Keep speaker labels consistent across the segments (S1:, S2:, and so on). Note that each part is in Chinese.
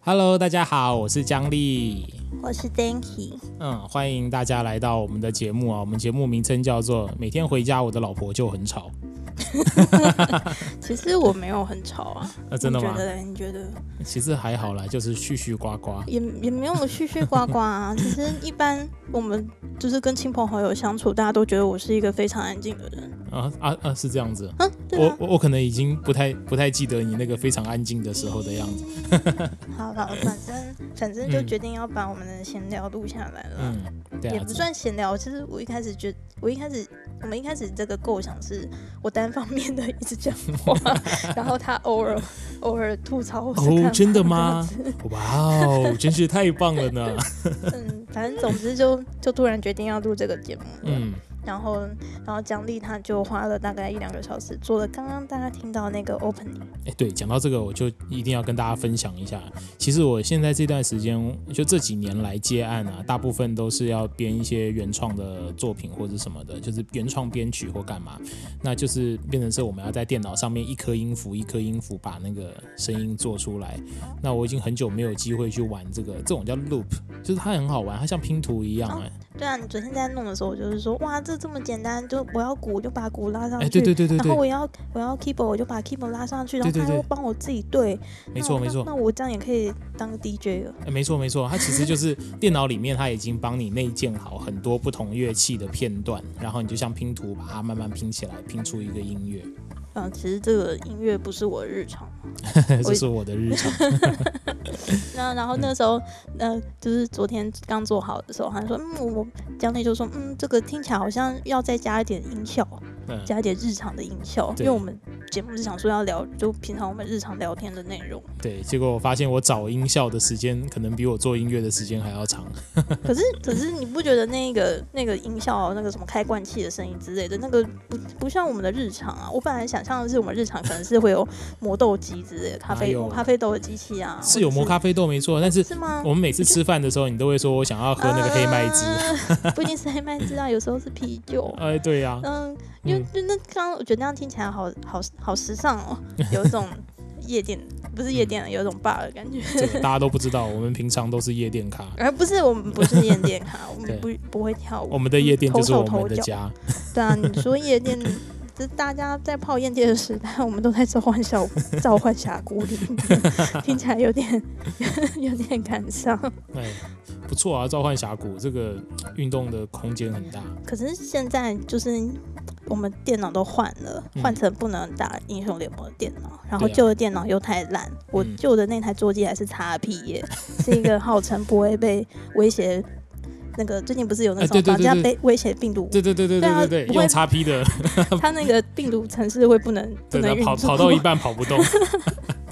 S1: Hello，大家好，我是姜丽。
S2: 我是 Danky，
S1: 嗯，欢迎大家来到我们的节目啊。我们节目名称叫做《每天回家我的老婆就很吵》。
S2: 其实我没有很吵啊，
S1: 啊， 真的
S2: 你
S1: 吗
S2: 觉？得嘞？你觉得
S1: 其实还好啦，就是絮絮呱呱。
S2: 也也没有絮絮呱 呱啊。其实一般我们就是跟亲朋好友相处，大家都觉得我是一个非常安静的人。
S1: 啊啊啊，是这样子。
S2: 嗯，对
S1: 我
S2: 啊。
S1: 我我可能已经不太不太记得你那个非常安静的时候的样子。
S2: 好了，反正反正就决定要把我们的闲聊录下来了。
S1: 嗯，对
S2: 也
S1: 啊
S2: 不，算闲聊，其实我一开始觉，我一开始我们一开始这个构想是我单方面的一直讲 话，然后他偶尔偶尔吐槽我是看
S1: 哦
S2: 法，
S1: 真的
S2: 这
S1: 吗
S2: 样子？
S1: 哇哦，真是太棒了呢。
S2: 嗯，反正总之就就突然决定要录这个节目，嗯，
S1: 嗯，
S2: 然后然后姜丽她就花了大概一两个小时做了刚刚大家听到那个 opening，
S1: 哎，对，讲到这个，我就一定要跟大家分享一下。其实我现在这段时间，就这几年来接案啊，大部分都是要编一些原创的作品或者什么的，就是原创编曲或干嘛。那就是变成是我们要在电脑上面一颗音符一颗音符把那个声音做出来。那我已经很久没有机会去玩这个，这种叫 loop，就是它很好玩，它像拼图一样、
S2: 哦
S1: 哎、
S2: 对啊，你昨天在弄的时候，我就是说哇，这这么简单，就我要鼓就把鼓拉上去，
S1: 哎，对对对对
S2: 哦然后
S1: 对，
S2: 我要我要 keyboard 我就把 keyboard 拉上去，然后
S1: 对对
S2: 他又
S1: 对
S2: 帮我自己对，
S1: 没
S2: 那
S1: 错
S2: 我
S1: 没
S2: 那
S1: 错。
S2: 那我这样也可以当个 DJ 了。
S1: 欸没错没错，它其实就是电脑里面它已经帮你内建好很多不同乐器的片段，然后你就像拼图把它慢慢拼起来，拼出一个音乐。
S2: 嗯，其实这个音乐不是我日常。
S1: 这是我的日常。
S2: 那然后
S1: 嗯
S2: 那时候，呃，就是昨天刚做好的时候，他说，嗯，我我江丽就说，嗯，这个听起来好像要再加一点音效，
S1: 嗯，
S2: 加一点日常的音效，
S1: 对
S2: 因为我们节目是想说要聊，就平常我们日常聊天的内容。
S1: 对。结果我发现我找音效的时间可能比我做音乐的时间还要长。
S2: 可是可是你不觉得那个那个音效，那个什么开罐器的声音之类的，那个不不像我们的日常啊？我本来想象的是我们日常可能是会有磨豆机之类的，咖
S1: 哪
S2: 啡
S1: 有
S2: 磨咖啡豆的机器啊，
S1: 是有
S2: 或者
S1: 磨咖啡豆没错，但是
S2: 是吗？
S1: 我们每次吃饭的时候，你都会说我想要喝那个黑麦汁。
S2: 啊不一定是黑麦汁啊，有时候是啤酒。
S1: 哎，对呀、
S2: 嗯，因为
S1: 嗯
S2: 就那刚刚我觉得那样听起来好好好时尚哦，有一种 夜店不是夜
S1: 嗯
S2: 店啊，有一种 bar 的感觉。
S1: 这个大家都不知道，我们平常都是夜店咖，
S2: 而不是我们不是夜店哈，我
S1: 对
S2: 们不不会跳舞。
S1: 我们的夜店就是我们
S2: 头头
S1: 的
S2: 头脚。
S1: 家。
S2: 对啊，你说夜 店，这大家在泡夜店的时代，我们都在召唤小召唤峡谷 里面，听起来有点 有点感伤。
S1: 哎，不错啊，召唤峡谷这个运动的空间很大。
S2: 可是现在就是我们电脑都换了，
S1: 嗯
S2: 换成不能打英雄联盟的电脑，然后
S1: 对啊
S2: 旧的电脑又太烂，我
S1: 嗯
S2: 旧的那台桌机还是 XP 耶，是一个号称不会被威胁。那个最近不是有那
S1: 哎
S2: 种
S1: 对对
S2: 绑架
S1: 对对
S2: 被威胁病毒，
S1: 对对对对
S2: 对啊
S1: 对对对，
S2: 不会
S1: 用叉 P 的，
S2: 它那个病毒城市会不能 不
S1: 对
S2: 能
S1: 的，
S2: 运
S1: 跑
S2: 作
S1: 跑到一，半跑不 动。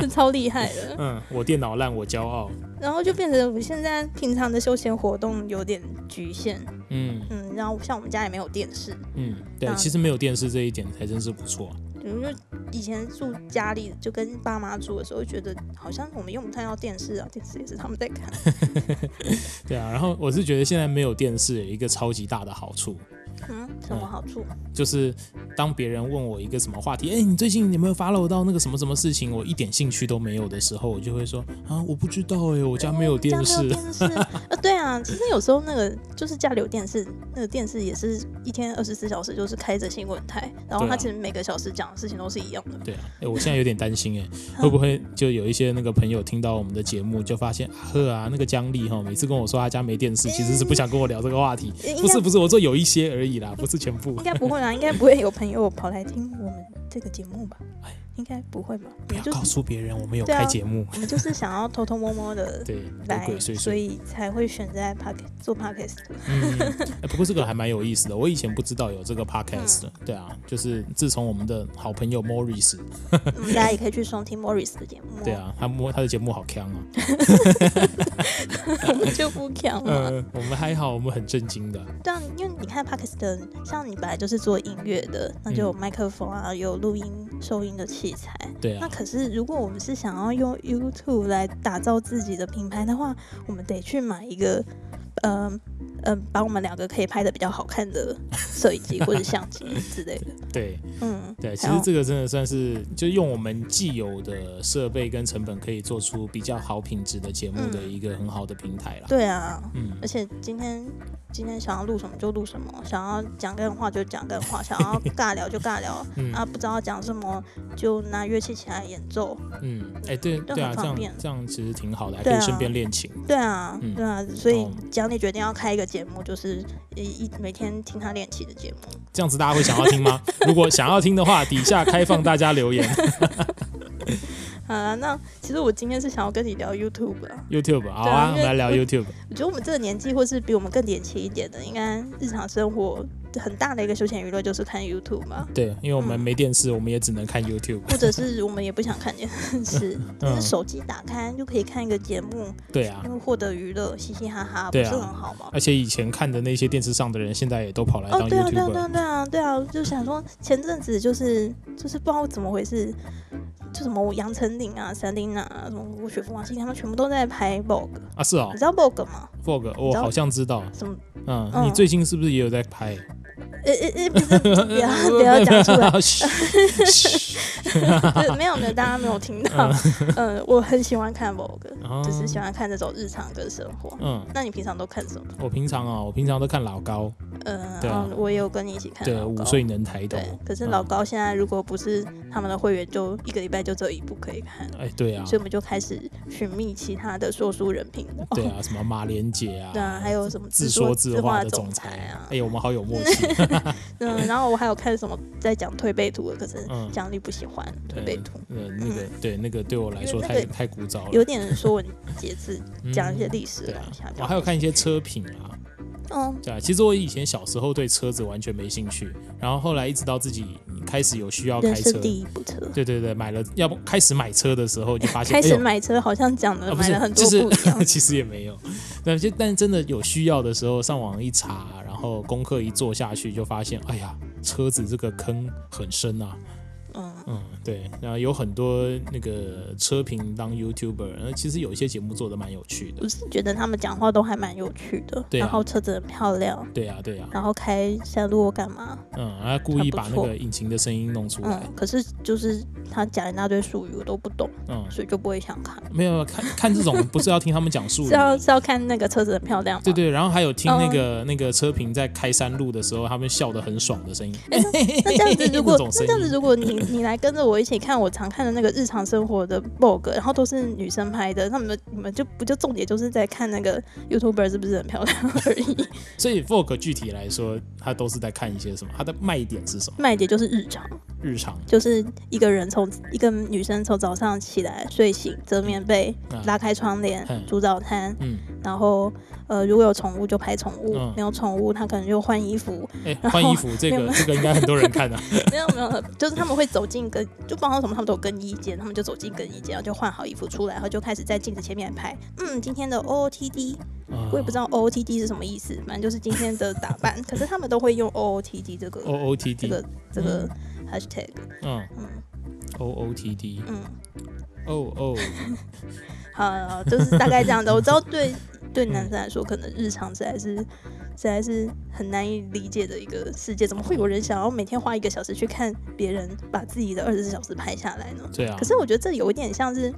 S2: 就超厉害的。
S1: 嗯，我电脑烂，我骄傲。
S2: 然后就变成我现在平常的休闲活动有点局限，
S1: 嗯
S2: 嗯，然后像我们家也没有电视，
S1: 嗯，对，
S2: 那
S1: 其实没有电视这一点还真是不错。
S2: 比如就以前住家里，就跟爸妈住的时候，觉得好像我们用不太到电视啊，电视也是他们在看。
S1: 对啊，然后我是觉得现在没有电视有一个超级大的好处，
S2: 嗯，什
S1: 哦
S2: 么好处？
S1: 就是当别人问我一个什么话题，哎，你最近有没有 follow 到那个什么什么事情？我一点兴趣都没有的时候，我就会说啊，我不知道哎，我家没有电
S2: 家没
S1: 视
S2: 有。电视呃，对啊，其实有时候那个就是家里有电视，那个电视也是一天二十四小时就是开着新闻台，然后
S1: 对啊
S2: 它其实每个小时讲的事情都是一样的。
S1: 对啊，哎，我现在有点担心哎，会不会就有一些那个朋友听到我们的节目，就发现啊呵啊，那个姜丽哈，每次跟我说她家没电视，其实是不想跟我聊这个话题。
S2: 呃应
S1: 不
S2: 该
S1: 是不是，我说有一些而已啦，不是全部
S2: 应。该不会啦，应该不会有朋友跑来听我们这个节目吧？
S1: 哎
S2: 应该不会吧？我
S1: 不
S2: 们
S1: 要
S2: 哎就
S1: 告诉别人我们有
S2: 对啊
S1: 开节目。
S2: 我们就是想要偷偷摸摸 的
S1: 对，鬼
S2: 来
S1: 鬼，祟
S2: 所
S1: 祟。
S2: 以才会选在 p o c k e t 做 p o c k e t
S1: 嗯，哎不过这个还蛮有意思的，我以前不知道有这个 podcast 的。
S2: 嗯
S1: 对啊，就是自从我们的好朋友 Morris，
S2: 我们大家也可以去收听 Morris 的节目。
S1: 对，啊，他摸他的节目好强啊。
S2: 我们就不讲了。
S1: 呃，我们还好，我们很震惊的。
S2: 对啊，因为你看 p a k i s t a n 像你本来就是做音乐的，那就有
S1: 嗯
S2: 麦克风啊，有录音、收音的器材。
S1: 对
S2: 那
S1: 啊，
S2: 可是，如果我们是想要用 YouTube 来打造自己的品牌的话，我们得去买一个，呃，嗯，把我们两个可以拍的比较好看的摄影机或者相机之类的。
S1: 对
S2: 嗯，
S1: 对，其
S2: 还
S1: 实
S2: 有
S1: 这个真的算是就用我们既有的设备跟成本，可以做出比较好品质的节目的一个很好的平台啦。
S2: 对啊，
S1: 嗯，
S2: 而且今天今天想要录什么就录什么，想要讲干话就讲干话，想 要尬聊就尬聊，
S1: 嗯
S2: 啊，不知道讲什么就拿乐器起来演奏。
S1: 嗯，哎、对
S2: 就
S1: 对啊，
S2: 很
S1: 这
S2: 方
S1: 样
S2: 便
S1: 这样其实挺好的，还
S2: 对
S1: 可以
S2: 啊
S1: 顺便练琴。
S2: 对啊，
S1: 嗯
S2: 对啊，所以
S1: 哦
S2: 讲你决定要开一个节目，就是一一每天听他练习的节目。
S1: 这样子大家会想要听 吗？如果想要听的话，底下开放大家留言
S2: 好啊，那其实我今天是想要跟你聊 YouTube 啊。
S1: YouTube。好
S2: 对
S1: 啊，
S2: 啊
S1: 我们
S2: 因为
S1: 来聊 YouTube。
S2: 我觉得我们这个年纪，或是比我们更年轻一点的，应该日常生活很大的一个休闲娱乐就是看 YouTube 嘛，
S1: 对，因为我们
S2: 嗯
S1: 没电视，我们也只能看 YouTube。
S2: 或者是我们也不想看电视，但
S1: 嗯
S2: 是，手机打开就可以看一个节目，
S1: 对啊
S2: 因。为获得娱乐，嘻嘻哈哈，不
S1: 对
S2: 是
S1: 啊
S2: 很好吗？
S1: 而且以前看的那些电视上的人，现在也都跑来
S2: 哦，
S1: 当
S2: 对啊，对啊，
S1: YouTuber
S2: 对啊，对啊，对啊，就想说前阵子就是就是不知道怎么回事，就什么杨丞琳啊、沈琳娜啊、什么吴雪芙啊、星他们全部都在拍 Vogue，
S1: 啊。是哦
S2: 你知道 Vogue 吗？
S1: ，Vlog，我
S2: 知道
S1: 好像知道。
S2: 什么？
S1: 嗯，
S2: 嗯
S1: 你最近是不是也有在拍？
S2: 呃呃 呃，不是，不要不要讲出来，
S1: 嘘嘘
S2: 对，没有没有，大家没有听到。嗯，我很喜欢看 Vogue，
S1: 哦
S2: 就是喜欢看那种日常跟生活。
S1: 嗯，
S2: 那你平常都看什么？
S1: 我平常啊，我平常都看老高，
S2: 嗯，
S1: 对啊
S2: 嗯我也有跟你一起看
S1: 对，啊
S2: 老
S1: 五
S2: 高。
S1: 岁能抬头
S2: 对。，可是
S1: 嗯
S2: 老高现在如果不是他们的会员，就一个礼拜就只有一部可以看，
S1: 哎，对啊
S2: 所，以我们就开始寻觅其他的说书人频道。
S1: 对啊，什么马连姐
S2: 哦对
S1: 啊，
S2: 啊，还有什么
S1: 自
S2: 说
S1: 说自
S2: 话
S1: 话的总
S2: 裁
S1: 裁
S2: 啊？
S1: 哎，我们好有默契。
S2: 嗯，然后我还有看什么在讲推背图的，可是
S1: 嗯
S2: 蒋力不喜欢推背图，
S1: 呃，那个对那个对我来说
S2: 因为那
S1: 太
S2: 个
S1: 太古早
S2: 有
S1: 了。
S2: 点说文解字，
S1: 嗯
S2: 讲一些历史
S1: 对
S2: 的
S1: 啊
S2: 东西。
S1: 我还有看一些车评啊，
S2: 嗯，
S1: 对啊，其实我以前小时候对车子完全没兴趣，然后后来一直到自己开始有需要开
S2: 人
S1: 车
S2: 生，第一部车。
S1: 对对对，买了，要不开始买车的时候就发现，
S2: 开
S1: 哎
S2: 始
S1: 呦
S2: 买车好像讲
S1: 啊
S2: 的
S1: 不
S2: 买
S1: 是
S2: 了很多
S1: 就是，
S2: 不一 样
S1: 其实也没有，但就但真的有需要的时候，上网一查，然后功课一做下去，就发现，哎呀，车子这个坑很深啊。
S2: 嗯，
S1: 嗯，对，然后有很多那个车评当 YouTuber，然后其实有一些节目做的蛮有趣的。
S2: 我是觉得他们讲话都还蛮有趣的，
S1: 对啊
S2: 然后车子很漂亮，
S1: 对啊，对啊，
S2: 然后开山路干嘛，
S1: 嗯，然后故意
S2: 还不
S1: 把那
S2: 错
S1: 个引擎的声音弄出来
S2: 嗯，，可是就是他讲一大堆术语我都不懂，
S1: 嗯，
S2: 所以就不会想看，
S1: 没有啊看看这种，不是要听他们讲术语
S2: 是要 是要啊嗯看那个车子很漂亮吗？
S1: 对对，然后还有听那个、那个车评在开山路的时候，他们笑得很爽的声音。
S2: 哎那这样子，如
S1: 那
S2: 果
S1: 种
S2: 那
S1: 声
S2: 这
S1: 音
S2: 样子，如果你你来跟着我一起看我常看的那个日常生活的 vlog，然后都是女生拍的，那你们你们就不就重点就是在看那个 YouTuber 是不是很漂亮而已，
S1: 所以 Vogue 具体来说，他都是在看一些什么？他的卖点是什么？
S2: 卖点就是日常，
S1: 日常
S2: 就是一个人从一个女生从早上起来睡醒，折棉被，
S1: 啊，
S2: 拉开窗帘
S1: 嗯，
S2: 煮早餐，
S1: 嗯，
S2: 然后呃如果有宠物就拍宠物
S1: 嗯，
S2: 没有宠物她可能就换衣 服，
S1: 哎、
S2: 然
S1: 换
S2: 后
S1: 衣服这
S2: 没
S1: 个
S2: 有
S1: 这个应该很多人看啊。
S2: 没有没有，就是他们会走进更，就不知道什么，他们都有更衣间，他们就走进更衣间，然后就换好衣服出来，然后就开始在镜子前面拍。嗯，今天的 OOTD，我也
S1: 啊
S2: 不知道
S1: 哦
S2: OOTD 是什么意思，反正就是今天的打扮。可是他们都会用 OOTD 这个
S1: 哦 O O T
S2: 这
S1: D，
S2: 个这个 hashtag，
S1: 嗯
S2: 嗯
S1: ，O O T D，
S2: 嗯，
S1: 哦哦，
S2: 好好，好呃就是大概这样的。我知道对对男生来说，可能日常实在是实在是很难以理解的一个世界，怎么会有人想要每天花一个小时去看别人把自己的二十四小时拍下来呢？
S1: 对啊
S2: 可，是我觉得这有一点像是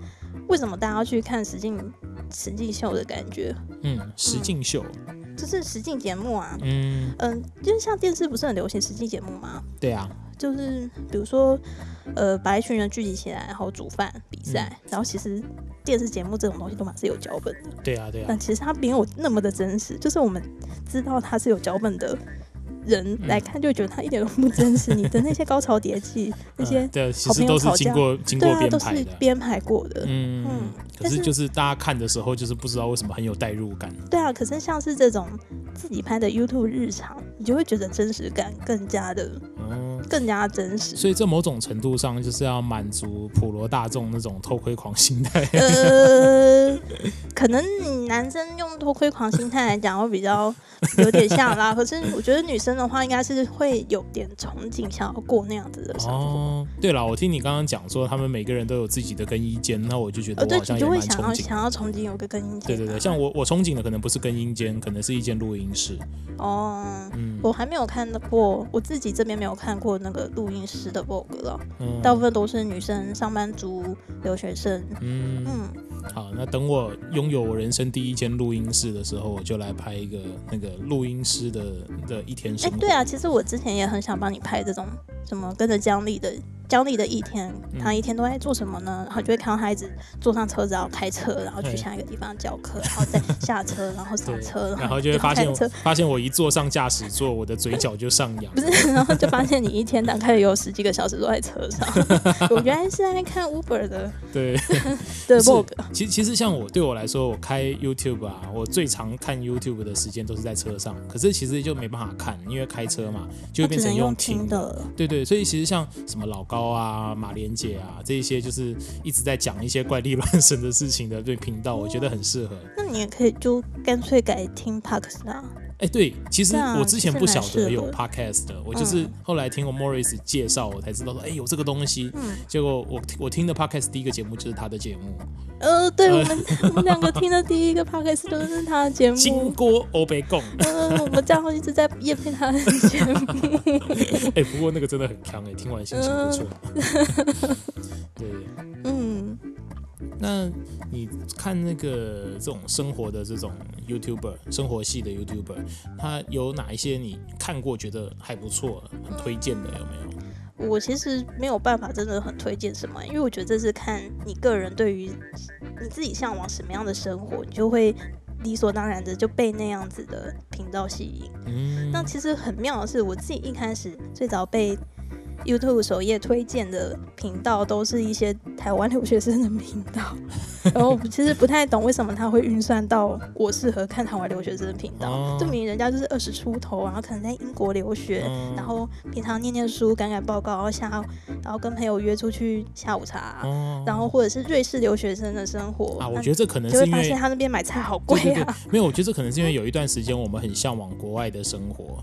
S2: 为什么大家要去看实境实境秀的感觉，
S1: 嗯，实境秀，
S2: 就是实境节目啊。
S1: 嗯，
S2: 嗯，就是像电视不是很流行实境节目吗？
S1: 对啊，
S2: 就是比如说，呃，把一群人聚集起来，然后煮饭比赛，然后其实电视节目这种东西都嘛是有脚本的，
S1: 对啊，对啊
S2: 但，其实它没有那么的真实，就是我们知道它是有脚本的。人
S1: 嗯
S2: 来看就会觉得它一点都不真实，你的那些高潮迭起，那些、
S1: 嗯、对，其
S2: 好
S1: 实
S2: 朋友
S1: 都是
S2: 吵
S1: 经
S2: 架
S1: 过经
S2: 对
S1: 过
S2: 啊
S1: 编
S2: 都
S1: 排
S2: 是
S1: 的。
S2: 编排过的。
S1: 嗯
S2: 嗯，
S1: 可是
S2: 但是
S1: 就是大家看的时候，就是不知道为什么很有代入感。
S2: 对啊，可是像是这种自己拍的 YouTube 日常，你就会觉得真实感更加的
S1: 嗯，
S2: 更加真实。
S1: 所以这某种程度上就是要满足普罗大众那种偷窥狂心态。
S2: 呃，可能男生用偷窥狂心态来讲会比较有点像啦，可是我觉得女生的话应该是会有点憧憬，想要过那样子的生活。
S1: 哦，对了，我听你刚刚讲说他们每个人都有自己的更衣间，那我就觉得
S2: 呃，
S1: 我
S2: 对，
S1: 好像
S2: 你
S1: 也
S2: 就会
S1: 蛮
S2: 想
S1: 憧
S2: 要
S1: 憬的。
S2: 想啊要憧憬有个更衣间。
S1: 对对对，像我我憧憬的可能不是更衣间，可能是一间录音室。
S2: 哦，
S1: 嗯
S2: 我还没有看到过，我自己这边没有看过那个录音师的 Vogue 了，
S1: 嗯，
S2: 大部分都是女生、上班族、留学生。
S1: 嗯，
S2: 嗯，
S1: 好，那等我拥有我人生第一间录音室的时候，我就来拍一个那个录音师的的一天
S2: 哎、
S1: 生活。
S2: 对啊，其实我之前也很想帮你拍这种什么跟着江丽的江丽的一天，
S1: 嗯
S2: 他一天都在做什么呢？然后就会看到他一直坐上车子，然后开车，然后去
S1: 对
S2: 下一个地方教课，然后再下车，然 后上
S1: 对
S2: 车，
S1: 然后
S2: 后
S1: 就会发
S2: 开
S1: 现我
S2: 车，
S1: 发现我一坐上驾驶座，我的嘴角就上扬。
S2: 不是， 然后就发现你一天大概有十几个小时都在车 上。我原来是在看 Uber 的
S1: 对，
S2: 的
S1: 不是
S2: Vogue。
S1: 其实其实像我对我来说，我开 YouTube 啊，我最常看 YouTube 的时间都是在车上。可是其实就没办法看，因为开车嘛，就会
S2: 它
S1: 变
S2: 只
S1: 成
S2: 能用
S1: 听
S2: 听的，
S1: 对对，所以其实像什么老高啊、马莲姐啊这一些，就是一直在讲一些怪力乱神的事情的 对频道，我觉得很适合。
S2: 那你也可以就干脆改听啊 Parks 啦。
S1: 哎，对，其实
S2: 对啊
S1: 我之前不晓
S2: 是
S1: 得
S2: 蛮适
S1: 有
S2: 合嗯
S1: podcast 的，我就是后来听过 Morris 介绍，我才知道说，哎，有这个东西。
S2: 嗯
S1: 结果我我听的 podcast 第一个节目就是他的节目，
S2: 呃，对
S1: 呃
S2: 我们 我们两个听的第一个 Parks 就是他的节
S1: 金
S2: 目。
S1: 锅欧贝贡。
S2: 呃，我们这样一直在夜配他的节目。
S1: 哎，不过那个真的很强哎，听完心情不错。对，
S2: 嗯，
S1: 那你看那个这种生活的这种 YouTuber，生活系的 YouTuber，他有哪一些你看过觉得还不错、很推荐的有没有？
S2: 我其实没有办法真的很推荐什么，因为我觉得这是看你个人对于你自己向往什么样的生活，你就会理所当然的就被那样子的频道吸引。
S1: 嗯，
S2: 那其实很妙的是，我自己一开始最早被 YouTube 首页推荐的频道都是一些台湾留学生的频道，然后我其实不太懂为什么他会运算到我适合看台湾留学生的频
S1: 哦
S2: 道，证明人家就是二十出头，然后可能在英国留学，
S1: 嗯
S2: 然后平常念念书、赶赶报告，然后下然后跟朋友约出去下午茶，
S1: 哦
S2: 然后或者是瑞士留学生的生活
S1: 啊，我
S2: 那
S1: 觉得这可能
S2: 你就是会
S1: 因
S2: 发
S1: 为
S2: 现。他那边买菜好贵
S1: 对对对
S2: 啊，，
S1: 没有，我觉得这可能是因为有一段时间我们很向往国外的生活，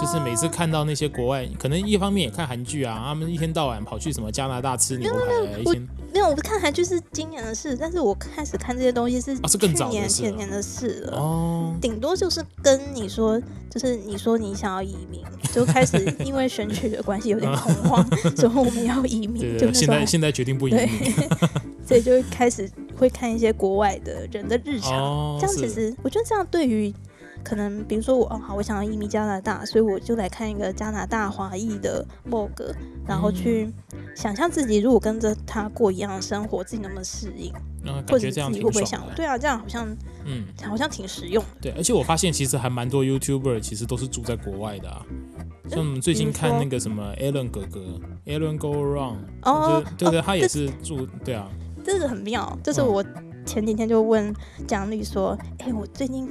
S1: 就是每次
S2: 哦
S1: 看到那些国外，可能一方面也看韩剧啊，他们一天到晚跑去什么加拿大吃牛排，一
S2: 我
S1: 天
S2: 没有，我看韩剧是今年的事，但是我开始看这些东西是
S1: 啊是
S2: 去
S1: 更早的
S2: 年、
S1: 事了
S2: 前年的事了。
S1: 哦，
S2: 顶多就是跟你说，就是你说你想要移民，就开始因为选举的关系有点恐 慌，所以我们要移民，
S1: 嗯对
S2: 就
S1: 对，
S2: 那
S1: 现
S2: 时候
S1: 在，现在决定不移
S2: 对
S1: 民
S2: 所以就会开始会看一些国外的人的日常。
S1: 哦，
S2: 这样其
S1: 是
S2: 实我觉得这样对于可能比如说我哦好，我想要移民加拿大，所以我就来看一个加拿大华裔的 vlog，然后去
S1: 嗯
S2: 想象自己如果跟着他过一样的生活，自己能不能适应，
S1: 嗯，感
S2: 或者
S1: 觉
S2: 自
S1: 这样
S2: 己
S1: 挺
S2: 会不会
S1: 爽
S2: 想
S1: 的，
S2: 对啊，这样好像
S1: 嗯。
S2: 好像挺实用的。
S1: 对，而且我发现其实还蛮多 YouTuber 其实都是住在国外的啊，
S2: 嗯
S1: 像我们最近看那个什么 Alan 哥哥，Alan Go Around，
S2: 哦
S1: 就是对对，他也是住对啊，
S2: 这个很妙，就是
S1: 嗯
S2: 我前几天就问蒋丽说：“哎、我最近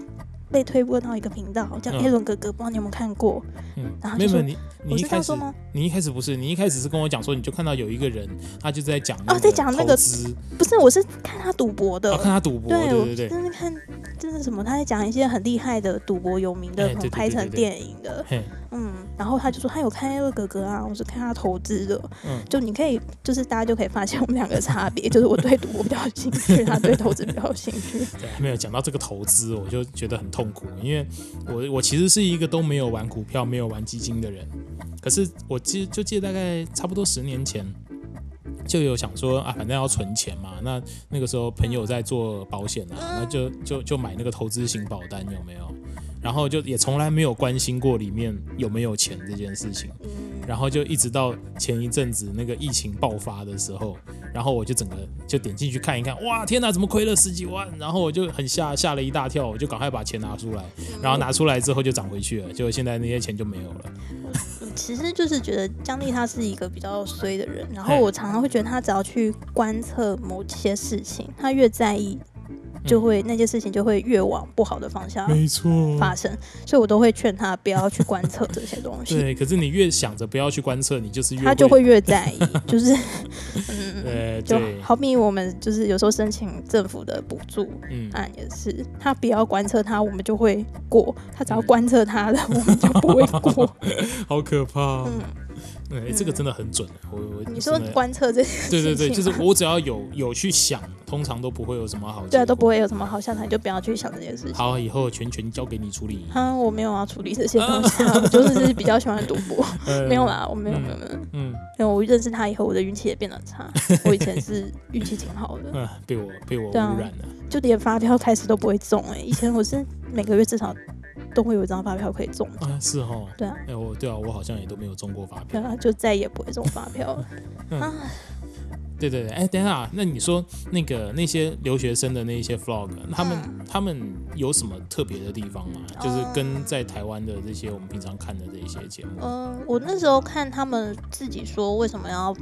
S2: 被推播到一个频道叫
S1: 嗯
S2: A 伦哥哥，不知道你有没有看过？
S1: 嗯
S2: 然，后
S1: 没有
S2: 就
S1: 没
S2: 说
S1: 有你你
S2: 我
S1: 一
S2: 是这
S1: 开
S2: 样
S1: 始
S2: 说吗
S1: 你一开始不是，你一开始是跟我讲说，你就看到有一个人，他就在讲
S2: 哦在讲那
S1: 投
S2: 个
S1: 资，
S2: 不是，我是看他赌博的。
S1: 哦，看他赌博，
S2: 对，我
S1: 对对对，
S2: 真的看，就是什么，他在讲一些很厉害的赌博有名
S1: 哎
S2: 的，
S1: 对
S2: 什
S1: 对
S2: 么拍
S1: 对对
S2: 成
S1: 对
S2: 电影的，
S1: 嘿，
S2: 嗯，然后他就说他有看 A 哥哥啊，我是看他投资的，
S1: 嗯
S2: 就你可以，就是大家就可以发现我们两个差 别，就是我对赌博比较有兴趣，他对投资比较有兴趣，
S1: 对，没有讲到这个投资，我就觉得很痛苦，因为我我其实是一个都没有玩股票、没有玩基金的人，可是我记就记得大概差不多十年前。就有想说啊，反正要存钱嘛。那那个时候朋友在做保险啊，那就就就买那个投资型保单有没有？然后就也从来没有关心过里面有没有钱这件事情。
S2: 嗯，
S1: 然后就一直到前一阵子那个疫情爆发的时候，然后我就整个就点进去看一看，哇，天哪，怎么亏了十几万？然后我就很吓吓了一大跳，我就赶快把钱拿出来，
S2: 嗯
S1: 然后拿出来之后就涨回去了，结果现在那些钱就没有了。
S2: 其实就是觉得江丽她是一个比较衰的人，然后
S1: 嘿
S2: 我常常会觉得她只要去观测某些事情，她越在意就会、那件事情就会越往不好的方向
S1: 没错，
S2: 发生，所以我都会劝他不要去观测这些东 西，
S1: 对。可是你越想着不要去观测，你就是越
S2: 他就会越在意， 就是
S1: 呃
S2: 就
S1: 对，
S2: 好比我们就是有时候申请政府的补助
S1: 嗯，
S2: 案也是，他不要观测他，我们就会过；他只要观测他的，我们就不会过。
S1: 好可怕哦。
S2: 嗯，
S1: 哎，这个真的很准。我我
S2: 你说
S1: 真的
S2: 观测这件事情
S1: 对
S2: 吗，
S1: 对对，就是我只要有有去想，通常都不会有什么好结
S2: 对啊，都
S1: 果
S2: 不会有什么好下台，就不要去想这件事情。
S1: 好，以后全权交给你处理。
S2: 哈，我没有要处理这些东西啊，我就是比较喜欢赌博。
S1: 呃
S2: 没有，啦，我没有
S1: 嗯
S2: 没有没有没
S1: 嗯
S2: 有。我认识他以后，我的运气也变 得差。我以前是运气挺好的，
S1: 嗯，被我被我污
S2: 对啊
S1: 染了。
S2: 就连发票开始都不会中哎、以前我是每个月至少都会有一张发票可以中，
S1: 啊，是哦。
S2: 对啊。
S1: 哎，我对啊，我好像也都没有中过发票。
S2: 对啊，就再也不会中发票了。啊，
S1: 对对对，哎，等一下，那你说那个那些留学生的那些 vlog，他们、
S2: 嗯
S1: 他们有什么特别的地方吗？就是
S2: 哦
S1: 跟在台湾的这些我们平常看的这一些节目，
S2: 嗯，我那时候看他们自己说为什么要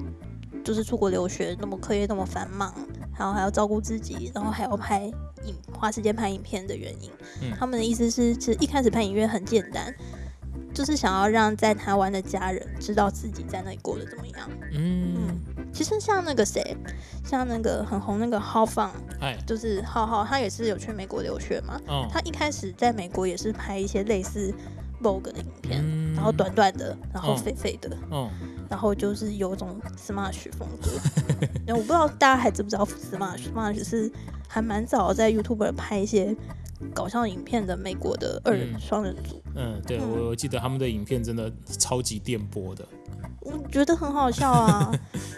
S2: 就是出国留学那么课业那么繁忙，然后还要照顾自己，然后还要拍影花时间拍影片的原因，
S1: 嗯
S2: 他们的意思是，其实一开始拍影片很简单。就是想要让在台湾的家人知道自己在那里过得怎么样。
S1: 嗯
S2: 嗯，其实像那个谁，像那个很红那个浩放，
S1: 哎，
S2: 就是浩浩，他也是有去美国留学嘛。
S1: 哦，
S2: 他一开始在美国也是拍一些类似 Vogue 的影片，
S1: 嗯
S2: 然后短短的，然后
S1: 嗯
S2: 肥肥的，
S1: 哦，
S2: 然后就是有种 Smash 风 格。然后我不知道大家还知不知道 Smash，Smash 是还蛮早在 YouTube 拍一些搞笑影片的美国的二人
S1: 嗯
S2: 双人组，
S1: 嗯，对
S2: 嗯
S1: 我我记得他们的影片真的超级电波的，
S2: 我觉得很好 笑啊。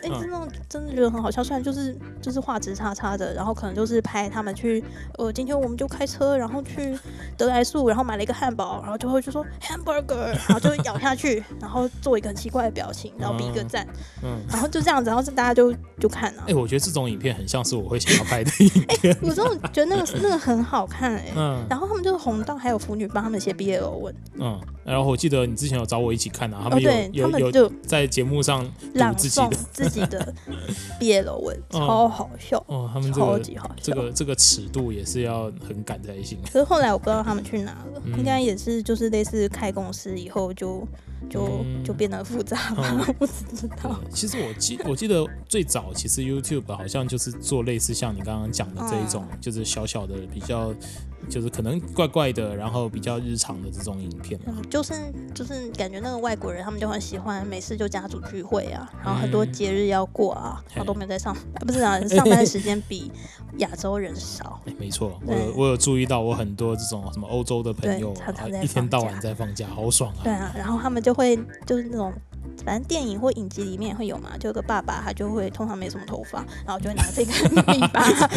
S2: 哎、
S1: 嗯
S2: 真的真的觉得很好笑，虽然就是就是画质差差的，然后可能就是拍他们去，呃，今天我们就开车，然后去德莱素，然后买了一个汉堡，然后就会就说 hamburger，然后就咬下去，然后做一个很奇怪的表情，然后比一个赞，
S1: 嗯，
S2: 然后就这样子，然后大家就就看了、
S1: 哎，我觉得这种影片很像是我会想要拍的影片，
S2: 我真的觉得那个那个很好看哎、
S1: 嗯
S2: 然后他们就红到还有腐女帮他们写毕业文，
S1: 嗯，然后我记得你之前有找我一起看啊，他
S2: 哦
S1: 们有、
S2: 对，他
S1: 有
S2: 们
S1: 有
S2: 就
S1: 在节目上读
S2: 朗
S1: 自己
S2: 诵
S1: 的，
S2: 自己的毕 业文，超好笑，
S1: 哦，他们这
S2: 超
S1: 个
S2: 级好笑。
S1: 这个这个尺度也是要很赶才行，
S2: 可是后来我不知道他们去哪了，
S1: 嗯
S2: 应该也是就是类似开公司以后就就、
S1: 嗯
S2: 就变得复杂吧，
S1: 嗯
S2: 我只知道。
S1: 对其实我记 我记得最早其实 YouTube 好像就是做类似像你刚刚讲的这一种，
S2: 嗯
S1: 就是小小的比较，就是可能怪怪的，然后比较日常的这种影片啊。
S2: 嗯，就是就是感觉那个外国人他们就很喜欢没事就家族聚会啊，然后很
S1: 嗯
S2: 多节日要过啊，然后都没有在上，啊、不是啊，上班 时间比亚洲人 少。
S1: 哎没错，我
S2: 对
S1: 有我有注意到，我很多这种什么欧洲的朋友
S2: 对
S1: 啊
S2: 常，常在
S1: 一天
S2: 放
S1: 到
S2: 假
S1: 晚在放假，好爽
S2: 对
S1: 啊！
S2: 啊，然后他们就会就是那种，反正电影或影集里面也会有嘛，就有个爸爸，他就会通常没什么头发，然后就会拿 这个米八，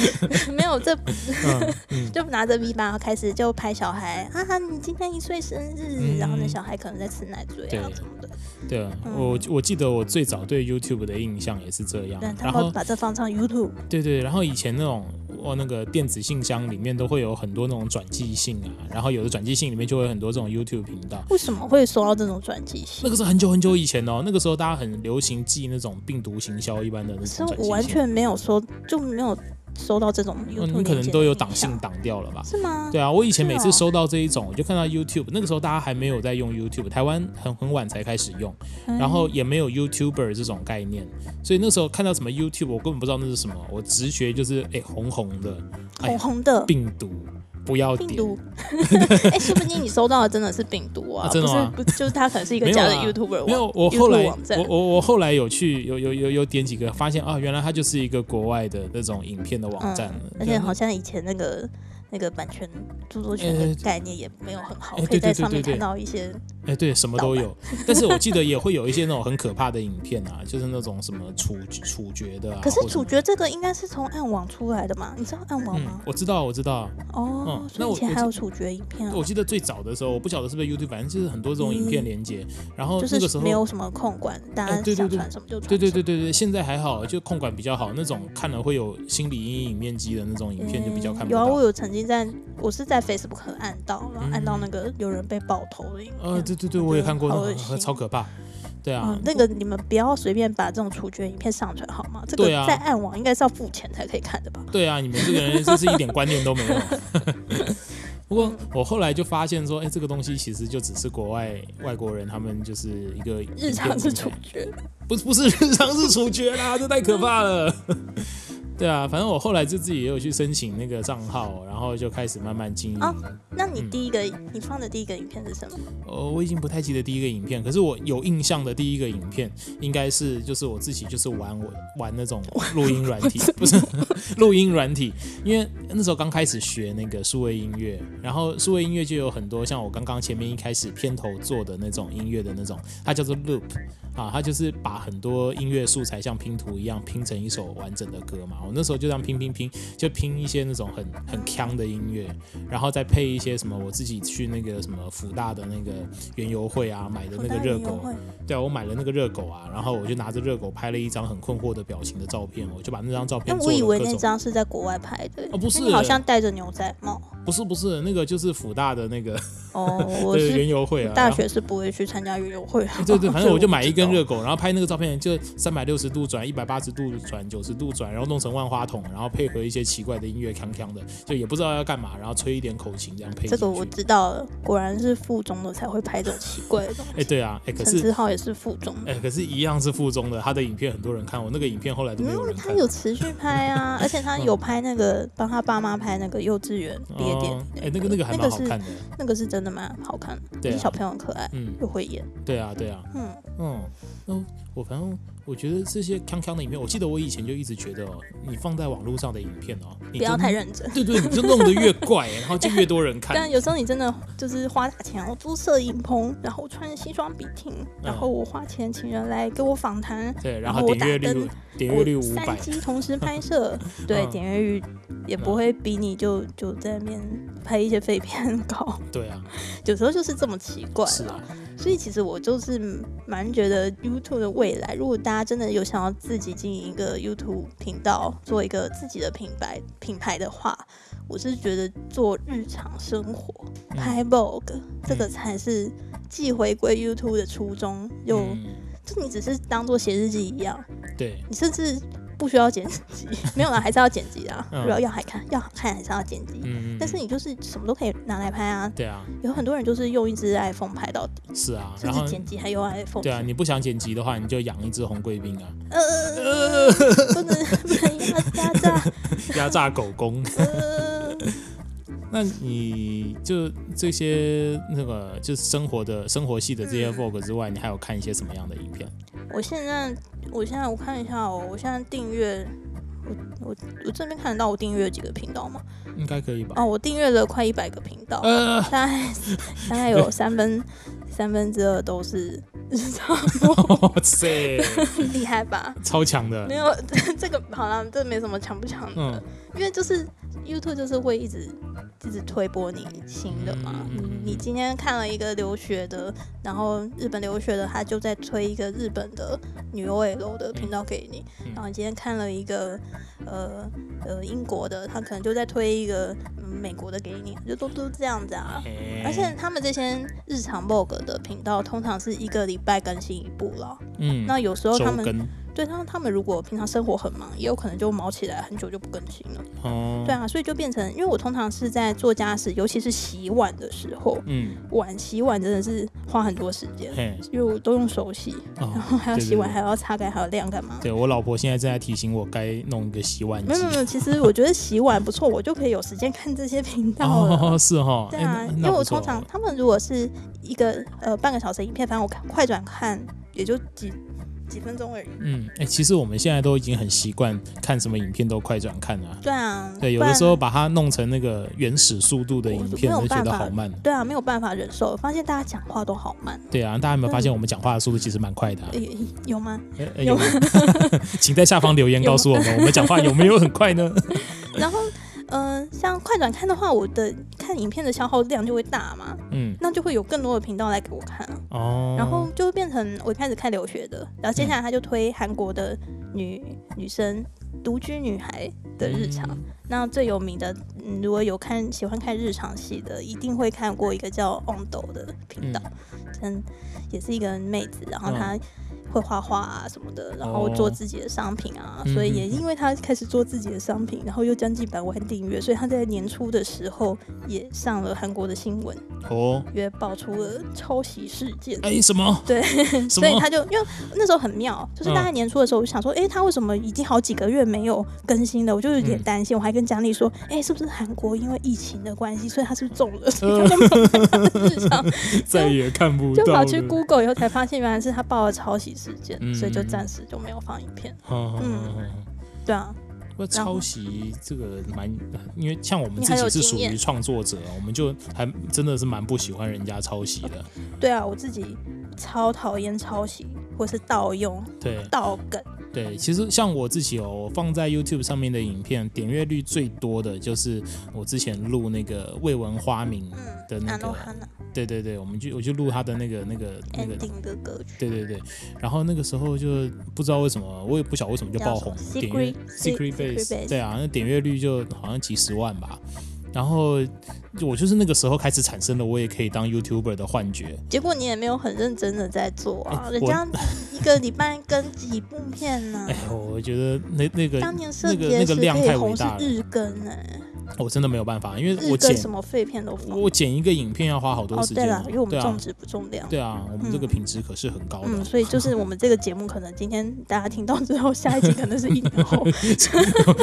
S2: 没有这
S1: 嗯嗯
S2: 就拿着 V 八开始就拍小孩啊，你今天一岁生日，
S1: 嗯
S2: 然后那小孩可能在吃奶嘴啊
S1: 对
S2: 什么的，
S1: 对啊，
S2: 嗯
S1: 我我记得我最早对 YouTube 的印象也是这样
S2: 但，他
S1: 然
S2: 们
S1: 后
S2: 会把这放上 YouTube，
S1: 对对，然后以前那种哦，那个电子信箱里面都会有很多那种转寄信啊，然后有的转寄信里面就会有很多这种 YouTube 频道，
S2: 为什么会收到这种转寄
S1: 那
S2: 信？
S1: 个是很久很久以前哦，那个时候大家很流行寄那种病毒行销一般的那
S2: 是
S1: 种转
S2: 我完
S1: 寄信，
S2: 全没有收，就没有收到这种 YouTube，
S1: 嗯，你
S2: 连
S1: 可能
S2: 接
S1: 都
S2: 的
S1: 有
S2: 影
S1: 挡
S2: 像
S1: 性挡掉了吧？
S2: 是吗？
S1: 对啊，我以前
S2: 是
S1: 每次
S2: 哦
S1: 收到这一种，我就看到 YouTube，那个时候大家还没有在用 YouTube，台湾很很晚才开始用，
S2: 嗯
S1: 然后也没有 YouTuber 这种概念，所以那时候看到什么 YouTube，我根本不知道那是什么，我直觉就是哎红红的，哎
S2: 红红的
S1: 病毒不要
S2: 病
S1: 点，
S2: 毒，哎，说不定你收到的真的是病毒
S1: 啊
S2: 啊，
S1: 真的吗
S2: 不是，不就是它可能是一 个
S1: 没有
S2: 假的
S1: 啦
S2: YouTuber 嗯
S1: 没
S2: 网
S1: 有，我后来
S2: YouTube 网站
S1: 我我我后来有去有有有有点几个，发现啊，原来它就是一个国外的那种影片的网站
S2: 嗯
S1: 了，
S2: 而且好像以前那个那个版权著作权
S1: 呃
S2: 的概念也没有很好，
S1: 哎
S2: 可
S1: 对对
S2: 以在
S1: 对
S2: 上面
S1: 对对
S2: 看到一些
S1: 哎，对，什么都有。 但是我记得也会有一些那种很可怕的影片啊，就是那种什么处处决的啊。
S2: 可是
S1: 或者
S2: 主角这个应该是从暗网出来的嘛？你知道暗
S1: 嗯
S2: 网吗，？
S1: 我知道，我知道。
S2: 哦
S1: 嗯，
S2: 所以
S1: 那
S2: 以
S1: 我
S2: 前还有主角影片啊
S1: 我，记得最早的时候，我不晓得是不是 YouTube，反正就是很多这种影片连接。然后
S2: 嗯就
S1: 哦那个时
S2: 是
S1: 候
S2: 没有什么控管，大
S1: 哎
S2: 家
S1: 对对
S2: 想
S1: 对
S2: 传什么就传。
S1: 对对对，对对，现在还好，就控管比较好，那种看了会有心理阴影面积的那种影片就比较看
S2: 嗯
S1: 不
S2: 有啊，
S1: 到
S2: 我。有曾经在，我是在 Facebook 按到，然后按到那个有人被爆头的影
S1: 呃，
S2: 片，
S1: 对对对，我也看过，
S2: 好恶
S1: 那
S2: 心
S1: 超可怕。对啊，
S2: 嗯，那个你们不要随便把这种处决影片上传好吗？这个
S1: 对啊
S2: 在暗网应该是要付钱才可以看的吧？
S1: 对啊，你们这个人真是一点观念都没有。 不过我后来就发现说，哎、这个东西其实就只是国外外国人他们就是一个
S2: 日常是处
S1: 影片平台
S2: 决，
S1: 不是不是日常是处决啦，这太可怕了。 对啊，反正我后来就自己也有去申请那个账号，然后就开始慢慢经营。
S2: 啊那你第一个、你放的第一个影片是什么？
S1: 呃，我已经不太记得第一个影片，可是我有印象的第一个影片应该是就是我自己就是玩我玩那种录音软 体，不是录音软体，因为那时候刚开始学那个数位音乐，然后数位音乐就有很多像我刚刚前面一开始片头做的那种音乐的那种，它叫做 loop 啊，它就是把很多音乐素材像拼图一样拼成一首完整的歌嘛。我那时候就这样拼拼拼，就拼一些那种很很强的音乐，然后再配一些什么我自己去那个什么福大的那个园游会啊买的那个热狗，
S2: 好大的优惠
S1: 对啊，我买了那个热狗啊，然后我就拿着热狗拍了一张很困惑的表情的照片，我就把那张照片
S2: 但
S1: 做
S2: 我
S1: 了
S2: 以为
S1: 各
S2: 那
S1: 种
S2: 张是在国外拍的，
S1: 哦不是
S2: 那你好像戴着牛仔帽。
S1: 不是不是那个就是福大的 那个
S2: 哦， 我
S1: 对园
S2: 是
S1: 游会啊，
S2: 大
S1: 然后
S2: 学是不会去参加运动会的。啊
S1: 对对，反正我就买一 根热
S2: 狗。
S1: 狗，然后拍那个照片，就三百六十度转、一百八十度转、九十度转，然后弄成万花筒，然后配合一些奇怪的音乐，锵锵的，就也不知道要干嘛，然后吹一点口琴这样配
S2: 这
S1: 进
S2: 个我
S1: 去。
S2: 知道了，果然是附中的才会拍这种奇怪的东西。
S1: 哎，对啊，哎，可
S2: 陈
S1: 是
S2: 志浩也是附中的，
S1: 哎，可是一样是附中的，他的影片很多人看，我那个影片后来都没有人
S2: 他
S1: 看。
S2: 有持续拍 啊，而且他有拍那个帮他爸妈拍那个幼稚园毕业典
S1: 哦
S2: 礼。
S1: 哎，那个那个还
S2: 那
S1: 蛮
S2: 个
S1: 好
S2: 是
S1: 看的，
S2: 那个是真的蛮好看的，
S1: 对啊
S2: 小朋友很可爱，
S1: 嗯，
S2: 又会演。
S1: 对啊，对啊，
S2: 嗯，
S1: 嗯，那我反正我觉得这些锵锵的影片，我记得我以前就一直觉得哦，你放在网络上的影片哦，你
S2: 不要
S1: 就
S2: 太认真。
S1: 对对，你就弄得越怪，然后就越多人看。
S2: 但有时候你真的就是花大钱，我租摄影棚，然后我穿西装笔挺，
S1: 嗯
S2: 然后我花钱请人来给我访谈，
S1: 对，然
S2: 然
S1: 后
S2: 后我
S1: 点
S2: 打
S1: 阅率
S2: 灯
S1: 点阅率
S2: 我
S1: 五百
S2: 三，机同时 拍摄，对，
S1: 嗯
S2: 点阅率也不会比你就就在那边拍一些废片高，
S1: 对啊，
S2: 有时候就是这么奇怪
S1: 是
S2: 啦
S1: 啊，
S2: 所以其实我就是蛮觉得 YouTube 的未来，如果大家真的有想要自己经营一个 YouTube 频道，做一个自己的品牌品牌的话，我是觉得做日常生活、
S1: 嗯
S2: 拍 Vlog 这个才是既回归 YouTube 的初衷，又、
S1: 嗯，
S2: 就你只是当做写日记一样，
S1: 对，
S2: 你甚至不需要剪辑， 没有啦，还是要剪辑啊，
S1: 嗯
S2: 不要要好看，要好看还是要剪辑。
S1: 嗯，嗯
S2: 但是
S1: 嗯
S2: 你就是什么都可以拿来拍啊，
S1: 对啊，
S2: 有很多人就是用一支 iPhone 拍到底，
S1: 是啊，
S2: 甚
S1: 然后
S2: 至剪辑哦还用 iPhone。
S1: 对啊，你不想剪辑的话，你就养一只红贵宾啊，
S2: 呃，不能不能压压榨，
S1: 压榨狗公。
S2: 呃，
S1: 那你就这些那个就是生活的生活系的这些
S2: 嗯
S1: vlog 之外，你还有看一些什么样的影片？
S2: 我现在我现在我看一下哦，我现在订阅。我我我这边看得到我订阅几个频道吗？
S1: 应该可以吧？
S2: 哦，我订阅了快一百个频道，
S1: 呃，
S2: 大概大概有三分三分之二都是日常，
S1: 哇塞，
S2: 厉害吧？
S1: 超强的
S2: 没，有这个好了，这没什么强不强的，
S1: 嗯
S2: 因为就是 YouTube 就是会一直一直推播你新的嘛。
S1: 嗯嗯嗯嗯
S2: 你今天看了一个留学的，然后日本留学的，他就在推一个日本的女 OL 的频道给你。
S1: 嗯
S2: 然后你今天看了一个呃呃英国的，他可能就在推一个、嗯美国的给你，就都都这样子啊。
S1: 哎
S2: 而且他们这些日常 Vlog 的频道，通常是一个礼拜更新一部了。
S1: 嗯，
S2: 那有时候
S1: 周
S2: 他们
S1: 更
S2: 对，他他们如果平常生活很忙，也有可能就忙起来很久就不更新了。
S1: 哦，
S2: 对啊，所以就变成，因为我通常是在做家事，尤其是洗碗的时候，
S1: 嗯，
S2: 碗洗碗真的是花很多时间，
S1: 嘿，
S2: 因为我都用手洗，然
S1: 哦，
S2: 后还要
S1: 对对
S2: 洗碗，
S1: 对
S2: 还要擦干，还要晾干嘛。
S1: 对我老婆现在正在提醒我该弄一个洗碗
S2: 没
S1: 机
S2: 有。没有，其实我觉得洗碗不错，我就可以有时间看这些频道了。
S1: 哦， 是哈，
S2: 对
S1: 哎
S2: 啊，
S1: 那
S2: 因
S1: 那
S2: 为
S1: 不
S2: 我
S1: 错
S2: 通常他们如果是一个呃半个小时影片，反正我看快转看也就几几分钟而已。
S1: 嗯，哎、其实我们现在都已经很习惯看什么影片都快转看了、
S2: 对啊，
S1: 对，有
S2: 不
S1: 的
S2: 然
S1: 时候把它弄成那个原始速度的
S2: 我
S1: 影
S2: 没
S1: 片，
S2: 有
S1: 就觉
S2: 办
S1: 得
S2: 法
S1: 好慢。哦
S2: 对啊，没有办法忍受，发现大家讲话都好慢，
S1: 对啊，大家有没有发现我们讲话的速度其实蛮快的、啊
S2: 诶？有吗？
S1: 哎哎
S2: 嗯有
S1: 有 吗，请在下方留言
S2: 有
S1: 告诉我们，我们讲话有没有很快呢？
S2: 然后，嗯、像快转看的话，我的看影片的消耗量就会大嘛，
S1: 嗯，
S2: 那就会有更多的频道来给我看啊，
S1: 哦，
S2: 然后就会变成我一开始看留学的，然后接下来他就推韩国的女女生独居女孩的日常。
S1: 嗯
S2: 那最有名的，嗯，如果有看喜欢看日常戏的，一定会看过一个叫 Ondo 的频道，嗯，也是一个妹子，然后
S1: 嗯
S2: 她会画画啊什么的，然后
S1: 哦
S2: 做自己的商品啊，
S1: 嗯
S2: 所以
S1: 嗯
S2: 也因为她开始做自己的商品，然后又将近百万订阅，所以她在年初的时候也上了韩国的新闻，
S1: 哦，
S2: 因为爆出了抄袭事件。
S1: 哎，什么？
S2: 对，
S1: 什
S2: 所以
S1: 么？嗯
S2: 他就因为那时候很妙，就是大概年初的时候，我就想说，哎、他为什么已经好几个月没有更新了？我就有点
S1: 嗯
S2: 担心，我还跟佳丽说，哎、是不是韩国因为疫情的关系，所以他是不是中 了，所以
S1: 呃
S2: 他都没有看他的日常，
S1: 再也看不
S2: 就
S1: 到
S2: 跑
S1: 了。
S2: 去 Google 以后才发现，原来是他报了抄袭事件，
S1: 嗯
S2: 所以就暂时就没有放影片。
S1: 嗯嗯
S2: 嗯
S1: 嗯嗯
S2: 对啊，
S1: 不过
S2: 然后
S1: 抄袭这个蛮，呃因为像我们
S2: 你
S1: 自
S2: 很有
S1: 己是
S2: 经
S1: 属于
S2: 验
S1: 创作者，啊我们就还真的是蛮不喜欢人家抄袭的。
S2: 对啊，我自己超讨厌抄袭或是盗用、
S1: 对
S2: 盗梗，
S1: 对，其实像我自己哦，我放在 YouTube 上面的影片点阅率最多的就是我之前录那个未闻花名的
S2: 嗯，
S1: 那
S2: 阿诺
S1: 个，
S2: 哈娜
S1: 对对对，我们就我就录他的那个那个那个
S2: ending 的歌曲，
S1: 对对对，然后那个时候就不知道为什么，我也不晓得为什么就爆红，
S2: 叫什
S1: 点
S2: 么
S1: 阅
S2: Secret- Secret
S1: Base，
S2: Base
S1: 对啊，那点阅率就好像几十万吧。然后我就是那个时候开始产生了我也可以当 YouTuber 的幻觉，
S2: 结果你也没有很认真的在做啊，
S1: 哎
S2: 人家一个礼拜更几部片呢、
S1: 哎呦，我觉得那那个
S2: 当年圣
S1: 那个
S2: 洁
S1: 那
S2: 时
S1: 个量
S2: 可以
S1: 太伟
S2: 红是
S1: 大了，
S2: 日更呢、
S1: 我真的没有办法，因为
S2: 日
S1: 我
S2: 更
S1: 剪
S2: 什么废片都放。
S1: 我剪一个影片要花好多
S2: 哦，
S1: 时
S2: 对
S1: 间
S2: 了
S1: 哦，，
S2: 因为我
S1: 对
S2: 们
S1: 啊
S2: 重，质不重量。
S1: 对啊，我们这个品质可是很高
S2: 嗯，
S1: 的，
S2: 所以就是我们这个节目，可能今天大家听到之后，下一集可能是一年 后。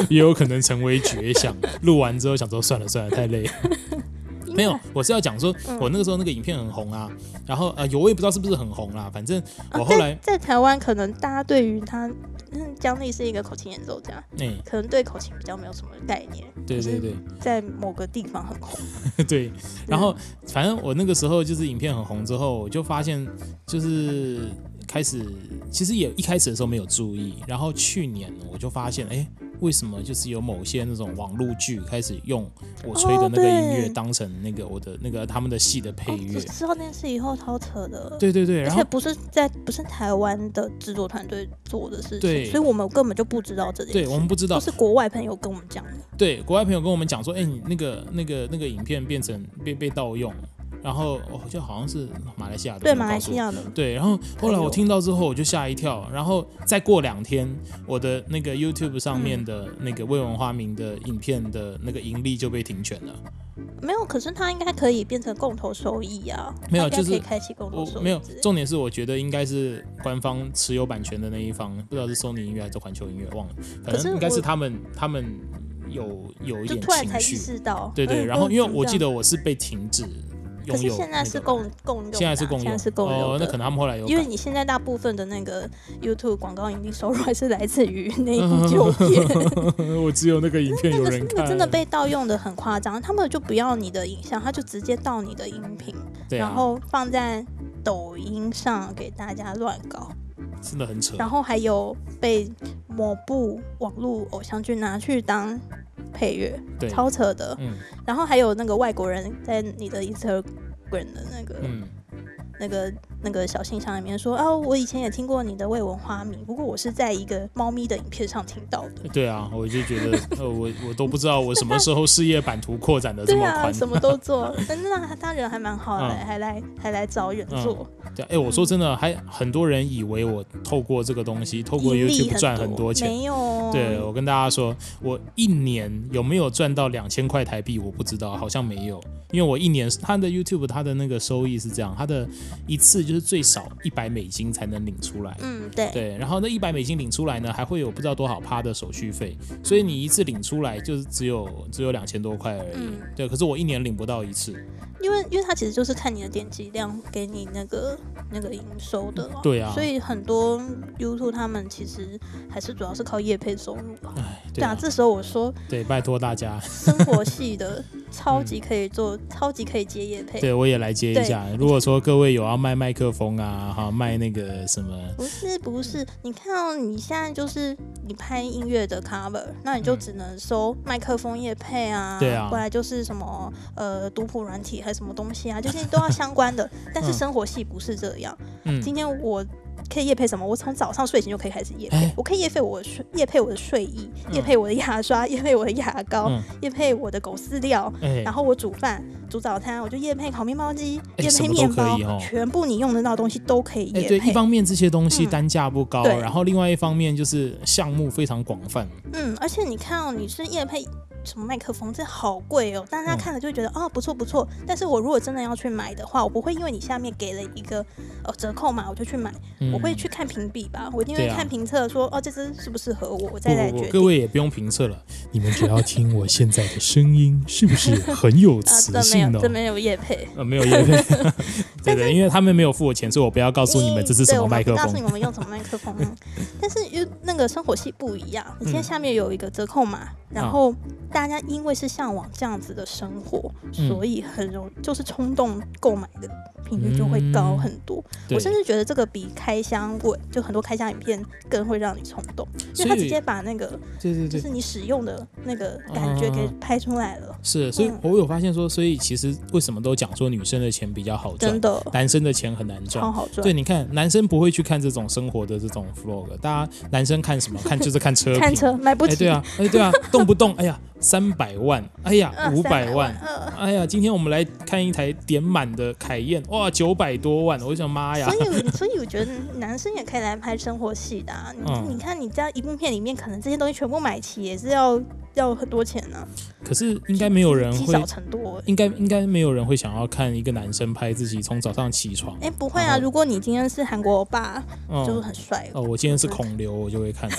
S1: 也有可能成为绝响。录完之后想说算了算了，太累了。 没有，我是要讲说，
S2: 嗯
S1: 我那个时候那个影片很红啊，然后呃，有我也不知道是不是很红啦，反正
S2: 啊
S1: 我后来，
S2: 在台湾，可能大家对于他，嗯，姜丽是一个口琴演奏家，
S1: 哎、
S2: 可能对口琴比较没有什么概念，
S1: 对对对，
S2: 在某个地方很红。 哦
S1: 对，然
S2: 嗯
S1: 后反正我那个时候就是影片很红之后，我就发现就是开始，其实也一开始的时候没有注意，然后去年我就发现，哎，为什么就是有某些那种网络剧开始用我吹的
S2: 哦
S1: 那个音
S2: 对
S1: 乐当成那个我的那个他们的戏的配
S2: 哦，
S1: 乐
S2: 只，知道那件事以后，超扯的。
S1: 对对对，
S2: 而
S1: 然后
S2: 且不是在不是台湾的制作团队做的事
S1: 对
S2: 情，所以我们根本就不知道这件事。
S1: 对我们不知道
S2: 都，是国外朋友跟我们讲的。
S1: 对，国外朋友跟我们讲说，哎、你那个那个那个影片变成被被盗用，然后哦，就好像是马来西亚的，
S2: 对马来西。亚的，
S1: 对，然后后来
S2: 哎
S1: 我
S2: 呦
S1: 听到之后我就吓一跳，然后再过两天，我的那个 YouTube 上面
S2: 嗯
S1: 的那个未文化名的影片的那个盈利就被停权了。
S2: 没有，可是它应该可以变成共同收益啊。
S1: 没有
S2: 它应
S1: 就
S2: 该
S1: 是
S2: 可以开启共同
S1: 我
S2: 收益之类的。
S1: 没有，重点是我觉得应该是官方持有版权的那一方，不知道是 Sony 音乐还是环球音乐，忘了，反
S2: 可是
S1: 正应该
S2: 我
S1: 是他们他们有有一
S2: 就
S1: 点
S2: 突然才
S1: 情绪。
S2: 意识到。
S1: 对对，
S2: 嗯
S1: 然后因为我记。
S2: 嗯
S1: 得我是被停止
S2: 可
S1: 拥
S2: 是
S1: 有，
S2: 现在是共共用的啊，
S1: 现在是共用，
S2: 现在是共
S1: 哦
S2: 用，
S1: 那
S2: 的。
S1: 可能他们后来有改，
S2: 因为你现在大部分的那个 YouTube 广告盈利收入还是来自于内部就 业，
S1: 我只有那个影片
S2: 那
S1: 嗯有
S2: 个
S1: 人
S2: 那
S1: 看，
S2: 个真的被盗用的很夸张，他们就不要你的影像，他就直接盗你的音频，
S1: 对
S2: 然
S1: 啊，
S2: 后放在抖音上给大家乱搞，
S1: 真的很扯，
S2: 然后还有被某部网络偶像剧拿去当配乐，
S1: 对，
S2: 超扯的。
S1: 嗯
S2: 然后还有那个外国人在你的 Instagram 的那个、
S1: 嗯，
S2: 那个那个小信箱里面说啊，我以前也听过你的未闻花名，不过我是在一个猫咪的影片上听到的。
S1: 对啊，我就觉 得呃我我都不知道我什么时候事业版图扩展的这
S2: 对
S1: 么
S2: 啊，
S1: 宽，
S2: 什么都做，真的，他他人还蛮好的，
S1: 嗯
S2: 还来还来找原作。
S1: 对，哎，我说真的，还很多人以为我透过这个东西，透过
S2: 盈利
S1: YouTube 赚很多钱。
S2: 没有，
S1: 对，我跟大家说，我一年有没有赚到两千块台币，我不知道，好像没有，因为我一年他的 YouTube 他的那个收益是这样，他的一次就是最少一百美金才能领出来。
S2: 嗯，对，
S1: 对，然后那一百美金领出来呢，还会有不知道多少趴的手续费，所以你一次领出来就是只有只有两千多块而已。
S2: 嗯
S1: 对，可是我一年领不到一次。
S2: 因为因为它其实就是看你的点击量给你那个那个营收的嘛。
S1: 对啊
S2: 所以很多 YouTube 他们其实还是主要是靠业配收入吧。
S1: 哎，对
S2: 对啊，
S1: 啊，
S2: 这时候我说
S1: 对，拜托大家，
S2: 生活系的超级可以做，超级可以接业
S1: 嗯
S2: 配。
S1: 对啊我也来接一
S2: 对
S1: 下。如果说各位有要卖麦克风啊，哈，卖那个什么，
S2: 不是不是，你看到、你现在就是你拍音乐的 cover，那你就
S1: 嗯
S2: 只能收麦克风业配啊，
S1: 对啊
S2: 不然就是什么呃读谱软体还是什么东西啊，就是都要相关的。但是
S1: 嗯
S2: 生活系不是这样，
S1: 嗯，
S2: 今天我可以夜配什么？我从早上睡醒就可以开始夜配，
S1: 哎
S2: 我可以夜配我的睡夜配我的睡衣，夜配我的牙刷，夜配我的牙膏，
S1: 嗯
S2: 夜配我的狗饲料，
S1: 哎
S2: 然后我煮饭、煮早餐，我就夜配烤面包机、
S1: 哎
S2: 夜
S1: 什
S2: 配
S1: 么都
S2: 面
S1: 可
S2: 包，
S1: 以哦
S2: 全部你用得到的东西都可以
S1: 哎，
S2: 夜
S1: 对，
S2: 配。
S1: 一方面这些东西
S2: 嗯
S1: 单价不高，
S2: 对
S1: 然后另外一方面就是项目非常广泛，
S2: 嗯，而且你看哦，你是夜配什么麦克风，这好贵哦，但是他
S1: 嗯
S2: 看了就会觉得、哦不错不错。但是我如果真的要去买的话，我不会因为你下面给了一个呃折扣码我就去买，
S1: 嗯
S2: 我会去看评比吧，我一定会
S1: 对啊
S2: 看评测说、哦这支适不适合我，我再
S1: 不
S2: 来
S1: 不
S2: 决
S1: 不，
S2: 定。
S1: 各位也不用评测了，你们只要听我现在的声音，是不是很有
S2: 啊，
S1: 磁
S2: 这没
S1: 性哦
S2: 有
S1: 呢？
S2: 这没有夜配。
S1: 呃，没有 业配，对对，因为他们没有付我钱，所以我不要告
S2: 告
S1: 诉你们这是什么麦克
S2: 告诉你
S1: 风。
S2: 嗯我们用什么麦克风。 嗯但是因为那个生活系不一样，你现
S1: 嗯
S2: 在下面有一个折扣码，
S1: 啊
S2: 然后大家因为是向往这样子的生活，
S1: 嗯
S2: 所以很容就是冲动购买的频率就会高
S1: 嗯
S2: 很多。
S1: 对
S2: 我，甚至觉得这个比开箱文就很多开箱影片更会让你冲动，因
S1: 所
S2: 为它
S1: 以
S2: 直接把那个
S1: 对对
S2: 就
S1: 对嗯
S2: 是，你使用的那个感觉给拍出来了，
S1: 是，所以
S2: 嗯
S1: 我有发现说，所以其实为什么都讲说女生的钱比较好赚
S2: 真，的
S1: 男生的钱很难赚
S2: 超。好赚
S1: 对，。你看，男生不会去看这种生活的这种 vlog，大家男生看什么？看就是看车评，
S2: 看车买不
S1: 哎，
S2: 起，
S1: 对啊，哎，对啊，动不动哎呀三百万，哎呀
S2: 呃，
S1: 五百
S2: 300
S1: 万，
S2: 呃
S1: 哎呀，今天我们来看一台点满的凯宴，哇，九百多万，我就想妈哎呀
S2: 所，以，所以我觉得男生也可以来拍生活戏的、啊。你、
S1: 嗯
S2: 你看，你这样一部片里面，可能这些东西全部买齐也是要要很多钱呢、
S1: 可是应该没有人
S2: 积
S1: 会
S2: 少，成多。
S1: 应该应该没有人会想要看一个男生拍自己从早上起床，
S2: 哎、不会
S1: 然
S2: 啊！
S1: 后
S2: 如果你今天是韩国欧巴，就是
S1: 嗯，
S2: 很帅，
S1: 哦哦，我今天是孔刘，我就会 看，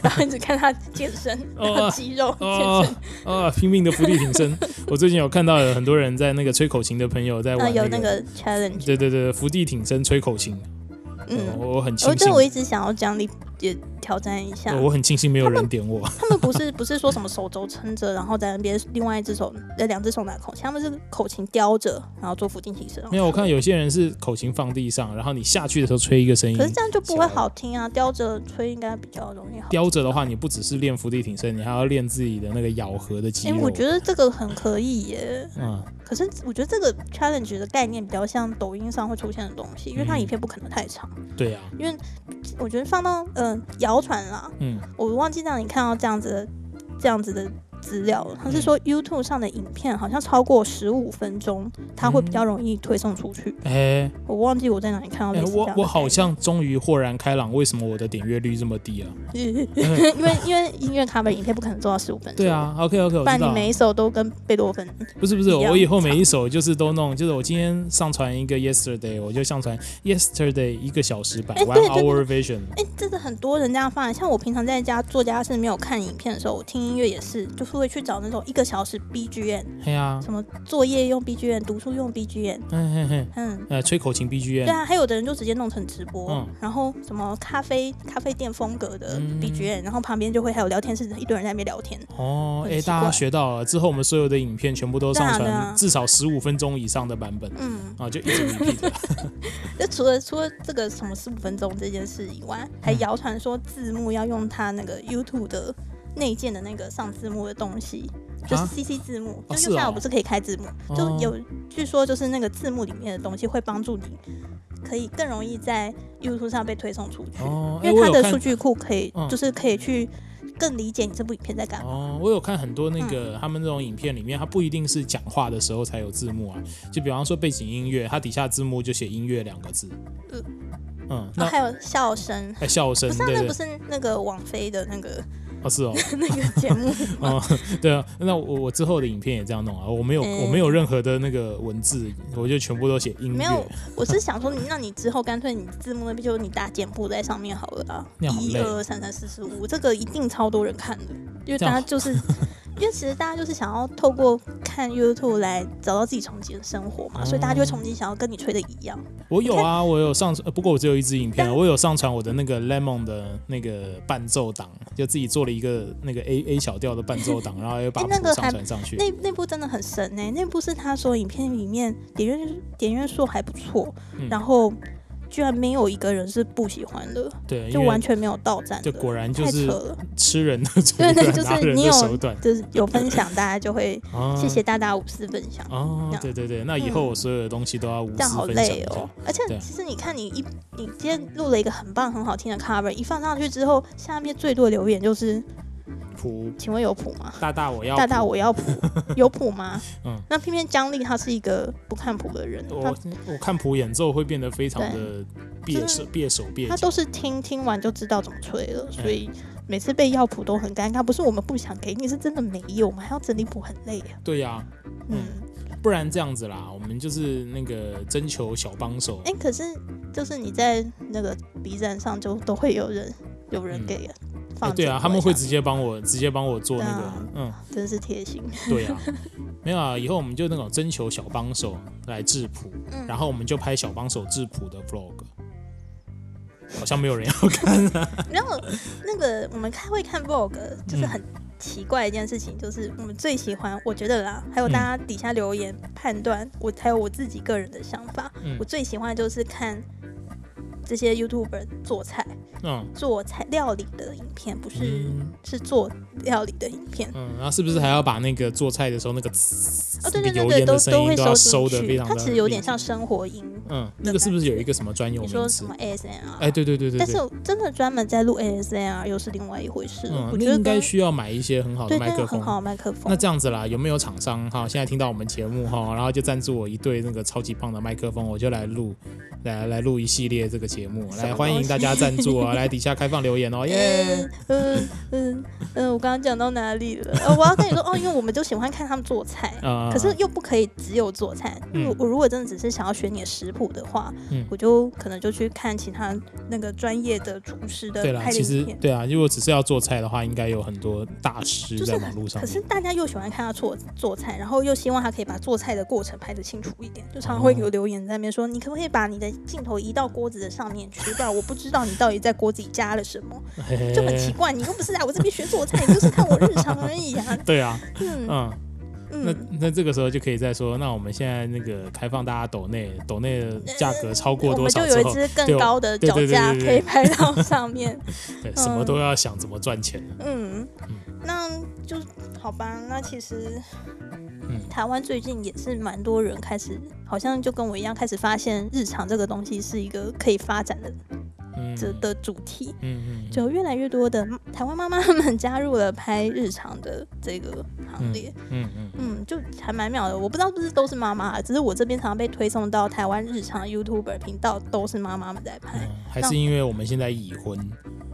S2: 然后你只看他健身，然
S1: 哦
S2: 后 肌肉、
S1: 哦
S2: 健身，
S1: 啊，拼命的伏地挺身，我最近有看到有很多人在那个吹口琴的朋友在
S2: 啊，
S1: 玩
S2: 有那。个 challenge。
S1: 对对对，伏地挺身、吹口琴，哦
S2: 嗯，
S1: 我很
S2: 我
S1: 庆
S2: 觉
S1: 幸
S2: 得我，一直想要奖励，也挑战一下。
S1: 我很庆幸没有人点我。
S2: 他们不哦是不是说什么手肘撑着，然后在那边另外一只手呃两只手拿口琴，他们是口琴叼着，然后做腹筋提升。
S1: 没有，我看有些人是口琴放地上，然后你下去的时候吹一个声音
S2: 可。是这样就不会好听啊，叼着吹应该比较容易好。
S1: 叼着的话，你不只是练伏地挺身，你还要练自己的那个咬合的肌
S2: 哎、
S1: 肉。
S2: 我觉得这个很可以耶。
S1: 嗯，
S2: 可是我觉得这个 challenge 的概念比较像抖音上会出现的东西，因为它
S1: 嗯
S2: 影片不可能太长。
S1: 对啊，
S2: 我觉得放到嗯、谣传啦，
S1: 嗯，
S2: 我忘记让你看到这样子的这样子的资料了。
S1: 嗯
S2: 他是说 YouTube 上的影片好像超过十五分钟，它会比
S1: 嗯
S2: 较容易推送出去。
S1: 哎、
S2: 我忘记我在哪里看到
S1: 哎、
S2: 类似这样
S1: 我
S2: 的
S1: 我好
S2: 概念
S1: 像终于豁然开朗，为什么我的点阅率这么低啊？
S2: 因为因为音乐 cover 影片不可能做到十五分钟。
S1: 对。啊，OK OK，我
S2: 不
S1: 知
S2: 然你
S1: 道。
S2: 每一首都跟贝多芬
S1: 不是不是，
S2: 一样
S1: 我以后每
S2: 长
S1: 一首就是都弄，就是我今天上传一个 Yesterday，我就上传 Yesterday 一个小时版、
S2: 哎
S1: One
S2: 对对
S1: Hour Vision。
S2: 哎、真的很多人这样放。像我平常在家做家事没有看影片的时候，我听音乐也是，就是会去找那种一个小时 BGM，
S1: 哎呀，
S2: 什么作业用 BGM、读书用 BGM，
S1: 嘿嘿嘿，
S2: 嗯。
S1: 呃，吹口琴
S2: 对
S1: BGM，
S2: 啊，还有的人就直接弄成直播，
S1: 嗯
S2: 然后什么咖啡咖啡店风格的
S1: 嗯
S2: BGM，、然后旁边就会还有聊天室一堆人在那边聊天，
S1: 哦，
S2: 很
S1: 哎、
S2: 奇
S1: 大家
S2: 怪
S1: 学到了，之后我们所有的影片全部都上
S2: 对啊对啊
S1: 传至少十五分钟以上的版本。
S2: 嗯，
S1: 啊，就一 直 repeat
S2: 那除了除了这个什么十五分钟这件事以外，还
S1: 嗯
S2: 谣传说字幕要用它那个 YouTube 的内建的那个上字幕的东西，就是 CC 字幕，
S1: 哦
S2: 就是右下
S1: 哦
S2: 角不是可以开字幕，
S1: 哦
S2: 就有据说就是那个字幕里面的东西会帮助你，可以更容易在 YouTube 上被推送出去，
S1: 哦，哎
S2: 因为它
S1: 我有
S2: 的数
S1: 看
S2: 据库可以、
S1: 嗯
S2: 就是可以去更理解你这部影片在干嘛。
S1: 哦，我有看很多
S2: 嗯
S1: 那个、他们那种影片里面，它不一定是讲话的时候才有字幕啊，就比方说背景音乐，它底下字幕就写音乐两个字。
S2: 呃
S1: 嗯，
S2: 哦，
S1: 那、
S2: 还有笑声。
S1: 哎笑声
S2: 不是、啊，
S1: 对
S2: 那
S1: 对
S2: 不是那个王菲的那个
S1: 哦是哦
S2: 那个节 目吗？
S1: 哦对啊，那我我之后的影片也这样弄啊，我没有、我没有任何的那个文字，我就全部都写音
S2: 没有
S1: 乐。，
S2: 我是想说你，那你之后干脆你字幕那边就你打简谱在上面好了啊，
S1: 那样好
S2: 一
S1: 累
S2: 二三三四四五，这个一定超多人看的，因为
S1: 这
S2: 大
S1: 样
S2: 家就是， 因为其实大家就是想要透过看 YouTube 来找到自己憧憬的生活嘛，所以大
S1: 哦
S2: 家就会憧憬想要跟你吹的一样。
S1: 我有啊，我有上传，呃不过我只有一支影片啊，我有上传我的那个 Lemon 的那个伴奏档，就自己做了一个那个 A A 小调的伴奏档，然后又把
S2: 哎
S1: 谱
S2: 那个
S1: 上
S2: 还
S1: 传上去。
S2: 那那部真的很神欸呢、那部是他说影片里面点阅点阅数还不错，
S1: 嗯
S2: 然后居然没有一个人是不喜欢的，
S1: 对，
S2: 就
S1: 哎因为
S2: 完全没有到站的，
S1: 这果然就
S2: 太
S1: 是
S2: 扯了。
S1: 吃人的手
S2: 对
S1: 段，
S2: 对，就
S1: 拿
S2: 是
S1: 人
S2: 你
S1: 的
S2: 有
S1: 手段。
S2: 就是有分享，大家就会
S1: 啊
S2: 谢谢大大无私分享，
S1: 哦，对对对，那以后我所有的东西都要无
S2: 这样好
S1: 私分享
S2: 累
S1: 一下
S2: 哦。。而且
S1: 对啊
S2: 其实你看，你一你今天录了一个很棒很好听的 cover，一放上去之后，下面最多的留言就是
S1: 谱
S2: 请问有谱吗？
S1: 大大我要
S2: 大大我 要谱，有谱吗？
S1: 嗯
S2: 那偏偏姜丽她是一个不看谱的人，她
S1: 我我看谱演奏会变得非常的
S2: 就
S1: 别
S2: 是
S1: 手别手别
S2: 他
S1: 脚，
S2: 都是听听完就知道怎么吹了，
S1: 哎
S2: 所以每次被要谱都很尴尬。不是我们不想给你，是真的没有，我们还要整理谱，很累啊。
S1: 对呀、
S2: 嗯，
S1: 不然这样子啦，我们就是那个征求小帮手
S2: 哎、，可是就是你在那个 B 站上就都会有人有人
S1: 嗯
S2: 给
S1: 哎
S2: 放、
S1: 对啊，他们会，直接帮我直接帮我做那个，
S2: 啊
S1: 嗯，
S2: 真是贴心。
S1: 对啊， 没有啊，以后我们就那种征求小帮手来制谱，
S2: 嗯
S1: 然后我们就拍小帮手制谱的 vlog。好像没有人要 看，
S2: 然后那个我们看会看 Vogue，就是很
S1: 嗯
S2: 奇怪一件事情，就是我们最喜欢，我觉得啦，还有大
S1: 嗯
S2: 家底下留言判断，我还有我自己个人的想法，
S1: 嗯
S2: 我最喜欢的就是看这些 YouTuber 做菜、
S1: 嗯
S2: 做菜料理的影片，不是、
S1: 嗯
S2: 是做料理的影片。
S1: 嗯，然后是不是还要把那个做菜的时候那个呲
S2: 哦，对对对
S1: 油
S2: 对，
S1: 烟
S2: 都
S1: 的声
S2: 都
S1: 音
S2: 会
S1: 要收
S2: 收
S1: 的非
S2: 进去，
S1: 常
S2: 它
S1: 的，
S2: 其实有点像生活音。
S1: 嗯，那个是不是有一个什么专有
S2: 你
S1: 名
S2: 说
S1: 词
S2: 什么？ASMR？
S1: 哎，对对对对
S2: 啊但是
S1: 对，
S2: 真的专门在录 ASMR 又是另外一回事了。
S1: 嗯
S2: 我，觉
S1: 那
S2: 得
S1: 应该
S2: 跟
S1: 需要买一些很好的
S2: 对
S1: 哦麦
S2: 那
S1: 克
S2: 个很
S1: 风。啊
S2: 好的麦克风。
S1: 那这样子啦，有没有厂商哈？现在听到我们节目哈，然后就赞助我一对那个超级棒的麦克风，我就来录，来来录一系列这个节目，
S2: 什么
S1: 来欢迎大家赞助啊！来底下开放留言 哦，耶！
S2: 嗯嗯嗯，我刚刚讲到哪里了？呃，我要跟你说哦，因为我们就喜欢看他们做菜，
S1: 啊，
S2: 可是又不可以只有做菜。因为
S1: 嗯
S2: 我如果真的只是想要学你的食谱的话，
S1: 嗯
S2: 我就可能就去看其他那个专业的厨师的
S1: 对啦，
S2: 拍的
S1: 其实
S2: 影片。
S1: 对啊，如果只是要做菜的话，应该有很多大师
S2: 就是
S1: 在网络上面。
S2: 可是大家又喜欢看他做做菜，然后又希望他可以把做菜的过程拍得清楚一点，就常常
S1: 哦
S2: 会有留言在那边说，你可不可以把你的镜头移到锅子的上面去，不然我不知道你到底在锅子里加了什么，
S1: 嘿嘿嘿
S2: 就很奇怪。你又不是来我这边学做菜，你就是看我日常而已啊。
S1: 对啊，
S2: 嗯
S1: 嗯， 那
S2: 嗯，
S1: 那这个时候就可以再说，那我们现在那个开放大家抖内，抖内的价格超过
S2: 我
S1: 多
S2: 们
S1: 少之
S2: 就有一
S1: 后，
S2: 只
S1: 对
S2: 更
S1: 我
S2: 高的脚
S1: 对对对
S2: 架
S1: 对对
S2: 可以拍 到上面。
S1: 对，什么都要想怎么赚钱。
S2: 嗯，那就好吧。那其实，
S1: 嗯
S2: 台湾最近也是蛮多人开始，好像就跟我一样，开始发现日常这个东西是一个可以发展的
S1: 嗯
S2: 这的主题。
S1: 嗯嗯
S2: 就越来越多的台湾妈妈们加入了拍日常的这个行列，
S1: 嗯嗯
S2: 嗯，就还蛮妙的。我不知道是不是都是妈啊妈，只是我这边常常被推送到台湾日常 YouTuber 频道，都是妈妈们在拍。
S1: 嗯，还是因为我们现在已婚，